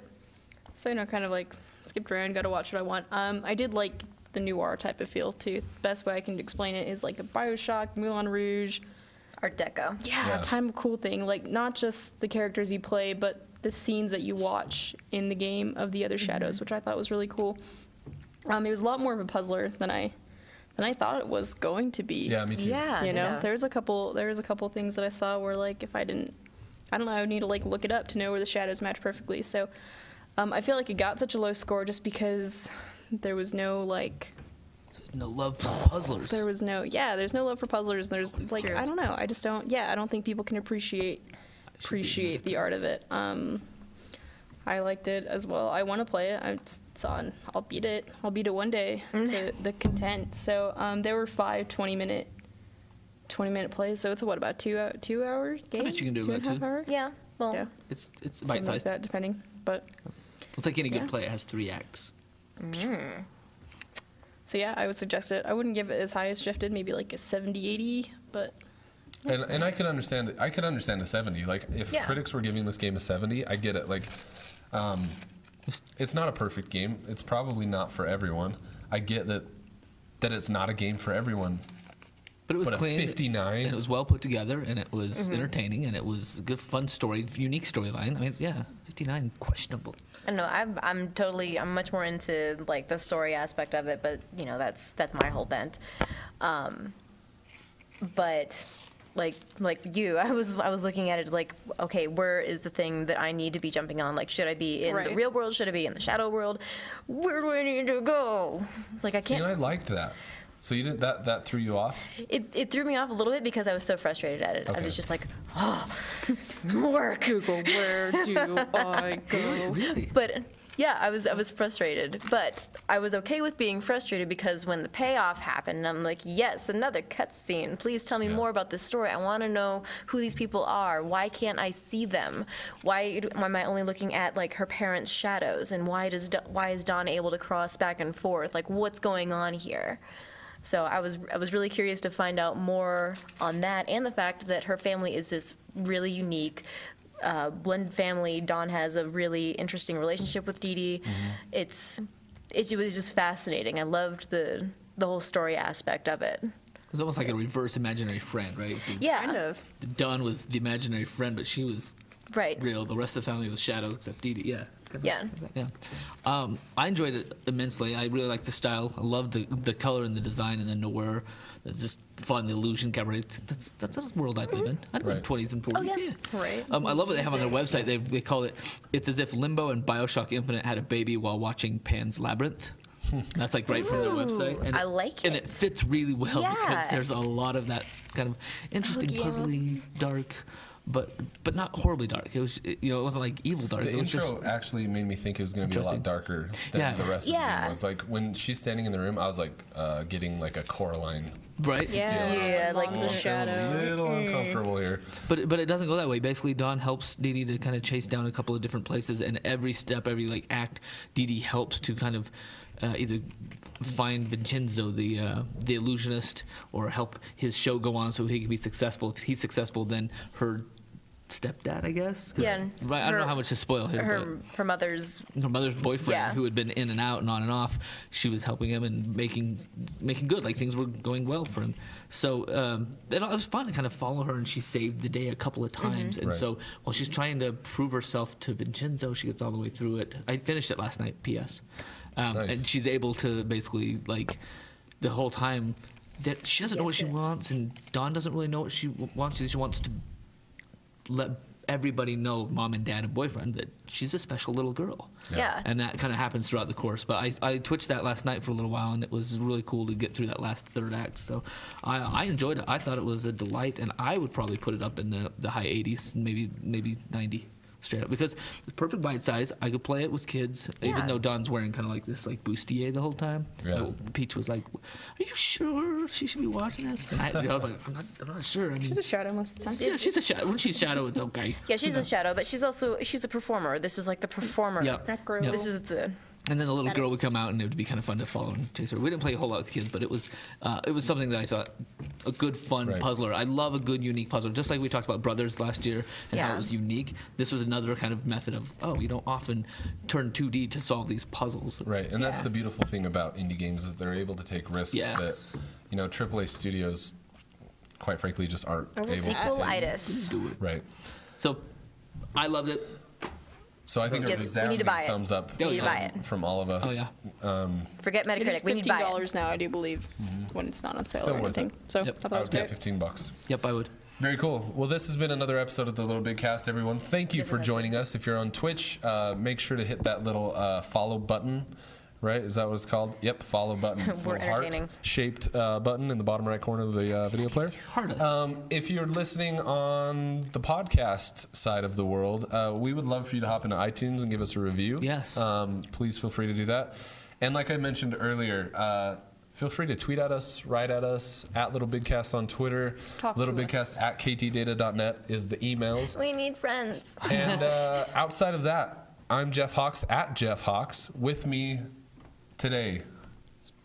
[SPEAKER 3] So you know, kind of like skipped around, got to watch what I want. Um, I did like the noir type of feel too. Best way I can explain it is like a Bioshock, Moulin Rouge.
[SPEAKER 4] Art Deco.
[SPEAKER 3] Yeah,
[SPEAKER 1] Yeah.
[SPEAKER 3] time of cool thing. Like not just the characters you play, but the scenes that you watch in the game of the other shadows, which I thought was really cool. Um, it was a lot more of a puzzler than I than I thought it was going to be
[SPEAKER 1] Yeah, me too.
[SPEAKER 4] Yeah.
[SPEAKER 3] you know
[SPEAKER 4] yeah.
[SPEAKER 3] there's a couple there's a couple things that i saw where like if i didn't i don't know i would need to like look it up to know where the shadows match perfectly so um, i feel like it got such a low score just because there was no like
[SPEAKER 2] No love for puzzlers.
[SPEAKER 3] there was no yeah there's no love for puzzlers there's like
[SPEAKER 4] True.
[SPEAKER 3] i don't know i just don't yeah i don't think people can appreciate appreciate the art of it um i liked it as well i want to play it i'm it's on i'll beat it i'll beat it one day to
[SPEAKER 2] Mm-hmm.
[SPEAKER 3] the content so um there were five 20 minute 20 minute plays so it's a what about two hou- two hour game
[SPEAKER 2] bet you can do
[SPEAKER 3] two and
[SPEAKER 2] about
[SPEAKER 3] a half
[SPEAKER 2] two.
[SPEAKER 3] hour
[SPEAKER 4] Yeah. Well,
[SPEAKER 3] yeah
[SPEAKER 2] It's it's
[SPEAKER 3] something
[SPEAKER 2] bite
[SPEAKER 3] like
[SPEAKER 2] sized.
[SPEAKER 3] that depending but
[SPEAKER 2] It's like any good
[SPEAKER 3] Yeah.
[SPEAKER 2] play. It has three acts.
[SPEAKER 3] so yeah i would suggest it i wouldn't give it as high as shifted maybe like a 70 80 but
[SPEAKER 1] And and I could understand I could understand a 70. Like if
[SPEAKER 4] Yeah.
[SPEAKER 1] critics were giving this game a 70, I get it. Like um it's not a perfect game. It's probably not for everyone. I get that that it's not a game for everyone.
[SPEAKER 2] But it was
[SPEAKER 1] But a
[SPEAKER 2] clean.
[SPEAKER 1] 59?
[SPEAKER 2] And it was well put together, and it was
[SPEAKER 4] Mm-hmm.
[SPEAKER 2] entertaining, and it was a good, fun story, unique storyline. I mean, yeah, 59, questionable.
[SPEAKER 4] I don't know. I'm, I'm totally. I'm much more into like the story aspect of it, but you know, that's that's my whole bent. Um, but like like you, (laughs) I was I was looking at it like, okay, where is the thing that I need to be jumping on? Like, should I be in the
[SPEAKER 3] Right.
[SPEAKER 4] real world? Should I be in the shadow world? Where do I need to go? Like, I
[SPEAKER 1] See, and I
[SPEAKER 4] can't.
[SPEAKER 1] liked that. So you did that that threw you off?
[SPEAKER 4] It, it threw me off a little bit because I was so frustrated at it. I
[SPEAKER 1] Okay.
[SPEAKER 4] was just like, oh, work.
[SPEAKER 3] (laughs) google where do i go
[SPEAKER 4] (laughs)
[SPEAKER 2] Really?
[SPEAKER 4] But yeah, I was I was frustrated, but I was okay with being frustrated because when the payoff happened, I'm like, yes, another cutscene. Please tell me
[SPEAKER 1] Yeah.
[SPEAKER 4] more about this story. I want to know who these people are. Why can't I see them? Why, do- why am I only looking at like her parents' shadows? And why does Do- why is Dawn able to cross back and forth? Like, what's going on here? So I was I was really curious to find out more on that and the fact that her family is this really unique uh, blended family. Dawn has a really interesting relationship with Dee Dee. It's it, was just fascinating. I loved the the whole story aspect of it.
[SPEAKER 2] It was almost like a reverse imaginary friend, right? So
[SPEAKER 4] Yeah,
[SPEAKER 3] Kind of.
[SPEAKER 2] Dawn was the imaginary friend, but she was
[SPEAKER 4] right.
[SPEAKER 2] real. The rest of the family was shadows, except Dee Dee. Yeah. Kinda like
[SPEAKER 4] Yeah.
[SPEAKER 2] that, Yeah. Um, I enjoyed it immensely. I really liked the style. I loved the, the color and the design and the noir. It's just fun, the illusion cabaret. It's- That's that's the world I'd live in. I'd live in
[SPEAKER 1] Right.
[SPEAKER 2] 20s and 40s.
[SPEAKER 4] Oh, yeah. Right.
[SPEAKER 2] Um, I love what they have on their website. They, they call it, it's as if Limbo and Bioshock Infinite had a baby while watching
[SPEAKER 1] (laughs)
[SPEAKER 2] Pan's Labyrinth. That's like right from their website.
[SPEAKER 4] Ooh, I like
[SPEAKER 2] And
[SPEAKER 4] it.
[SPEAKER 2] it fits really well because
[SPEAKER 4] Yeah. Oh,
[SPEAKER 2] there's a lot of that kind of interesting,
[SPEAKER 4] yeah.
[SPEAKER 2] puzzly, dark, but but not horribly dark. It was it- you know it wasn't like evil dark.
[SPEAKER 1] The
[SPEAKER 2] it was
[SPEAKER 1] intro
[SPEAKER 2] just,
[SPEAKER 1] actually made me think it was going to be a lot
[SPEAKER 2] Interesting.
[SPEAKER 1] darker than
[SPEAKER 2] Yeah.
[SPEAKER 1] the rest of the game
[SPEAKER 4] Yeah.
[SPEAKER 1] was. Like when she's standing in the room, I was like uh, getting like a Coraline.
[SPEAKER 2] right.
[SPEAKER 1] Yeah,
[SPEAKER 4] Yeah, like
[SPEAKER 1] Oh,
[SPEAKER 4] the
[SPEAKER 1] I'm feeling a
[SPEAKER 4] shadow.
[SPEAKER 1] little uncomfortable here.
[SPEAKER 2] But but it doesn't go that way. Basically, Dawn helps Dee Dee to kind of chase down a couple of different places, and every step, every like act, Dee Dee helps to kind of uh, either find Vincenzo, the uh, the illusionist, or help his show go on so he can be successful. If he's successful, then her stepdad, I guess. 'Cause-
[SPEAKER 4] Yeah, and
[SPEAKER 2] Right. I don't know
[SPEAKER 4] her-
[SPEAKER 2] how much to spoil here.
[SPEAKER 4] Her her mother's
[SPEAKER 2] but her mother's boyfriend,
[SPEAKER 4] Yeah.
[SPEAKER 2] who had been in and out and on and off, she was helping him and making making good. Like things were going well for him. So um, it, it was fun to kind of follow her, and she saved the day a couple of times. And
[SPEAKER 1] Right.
[SPEAKER 2] so while she's trying to prove herself to Vincenzo, she gets all the way through it. I finished it last night. P.S. Um,
[SPEAKER 1] Nice.
[SPEAKER 2] And she's able to basically like the whole time that she doesn't know what she wants, and Dawn doesn't really know what she w- wants. She wants to let everybody know mom and dad and boyfriend that she's a special little girl
[SPEAKER 4] Yeah.
[SPEAKER 2] and that kind of happens throughout the course but I, I twitched that last night for a little while and it was really cool to get through that last third act so i, I enjoyed it i thought it was a delight and i would probably put it up in the, the high 80s maybe maybe 90 straight up because it's perfect bite size i could play it with kids even
[SPEAKER 4] Yeah.
[SPEAKER 2] though don's wearing kind of like this like bustier the whole time
[SPEAKER 1] Yeah.
[SPEAKER 2] peach was like are you sure she should be watching this and i, I was like i'm not, I'm not sure I mean,
[SPEAKER 5] She's a shadow most of the time.
[SPEAKER 2] yeah, she's a shadow when she's shadow it's okay
[SPEAKER 4] yeah, she's a shadow, but she's also she's a performer. This is like the performer.
[SPEAKER 2] Yeah.
[SPEAKER 5] Necro.
[SPEAKER 2] Yeah.
[SPEAKER 4] This is the
[SPEAKER 2] And then the little
[SPEAKER 5] That
[SPEAKER 2] girl
[SPEAKER 5] is-
[SPEAKER 2] would come out, and it would be kind of fun to follow and chase her. We didn't play a whole lot with kids, but it was uh, it was something that I thought a good, fun
[SPEAKER 1] Right.
[SPEAKER 2] puzzler. I love a good, unique puzzler. Just like we talked about Brothers last year and how
[SPEAKER 4] Yeah.
[SPEAKER 2] it was unique. This was another kind of method of oh, you don't often turn 2D to solve these puzzles.
[SPEAKER 1] Right, and that's
[SPEAKER 4] Yeah.
[SPEAKER 1] the beautiful thing about indie games is they're able to take risks
[SPEAKER 2] Yes.
[SPEAKER 1] that you know AAA studios, quite frankly, just aren't able to take.
[SPEAKER 4] sequelitis.
[SPEAKER 2] Do it.
[SPEAKER 1] Right.
[SPEAKER 2] So I loved it.
[SPEAKER 1] So I think
[SPEAKER 4] Yes,
[SPEAKER 1] a
[SPEAKER 4] we need to
[SPEAKER 1] resounding
[SPEAKER 4] buy it.
[SPEAKER 1] thumbs up
[SPEAKER 2] Oh,
[SPEAKER 4] Need to
[SPEAKER 2] yeah.
[SPEAKER 4] buy it.
[SPEAKER 1] from all of us.
[SPEAKER 2] Oh yeah.
[SPEAKER 4] Forget
[SPEAKER 3] It is
[SPEAKER 4] Metacritic. We need to
[SPEAKER 3] fifteen
[SPEAKER 4] buy it.
[SPEAKER 3] dollars now, I do believe, when it's not on sale
[SPEAKER 1] Mm-hmm. Still
[SPEAKER 3] or
[SPEAKER 1] worth
[SPEAKER 3] anything. So
[SPEAKER 2] Yep.
[SPEAKER 3] I thought
[SPEAKER 1] I
[SPEAKER 3] that
[SPEAKER 1] would
[SPEAKER 3] was
[SPEAKER 1] pay
[SPEAKER 3] great.
[SPEAKER 1] 15 bucks.
[SPEAKER 2] Yep, I would.
[SPEAKER 1] Very cool. Well, this has been another episode of the Little Big Cast, everyone. Thank you for joining us. If you're on Twitch, uh, make sure to hit that little uh, follow button, right? Is that what it's called? Yep, follow button.
[SPEAKER 3] (laughs)
[SPEAKER 1] It's a
[SPEAKER 4] We're
[SPEAKER 1] little
[SPEAKER 4] entertaining.
[SPEAKER 1] heart-shaped uh, button in the bottom right corner of the uh, video player.
[SPEAKER 2] Hardest.
[SPEAKER 1] Um, if you're listening on the podcast side of the world, uh, we would love for you to hop into iTunes and give us a review.
[SPEAKER 2] Yes.
[SPEAKER 1] Um, please feel free to do that. And like I mentioned earlier, uh, feel free to tweet at us, write at us, at Little Big Cast on Twitter.
[SPEAKER 3] Talk to
[SPEAKER 1] Little Big
[SPEAKER 3] us.
[SPEAKER 1] Cast at ktdata.net is the
[SPEAKER 4] (laughs)
[SPEAKER 1] emails.
[SPEAKER 4] We need friends.
[SPEAKER 1] and uh, outside of that, I'm Jeff Hawks at Jeff Hawks. With me today,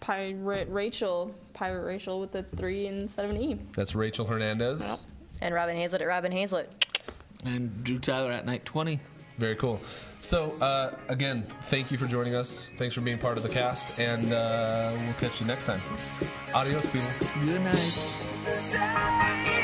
[SPEAKER 3] Pirate Rachel, Pirate Rachel with the three instead of an E.
[SPEAKER 1] that's Rachel Hernandez.
[SPEAKER 3] Yep.
[SPEAKER 4] And Robin Hazlett at Robin Hazlett.
[SPEAKER 2] and Drew Tyler at night 20.
[SPEAKER 1] Very cool. So, uh, again, thank you for joining us. Thanks for being part of the cast, and uh, we'll catch you next time. Adios, people.
[SPEAKER 2] Good night.
[SPEAKER 6] Say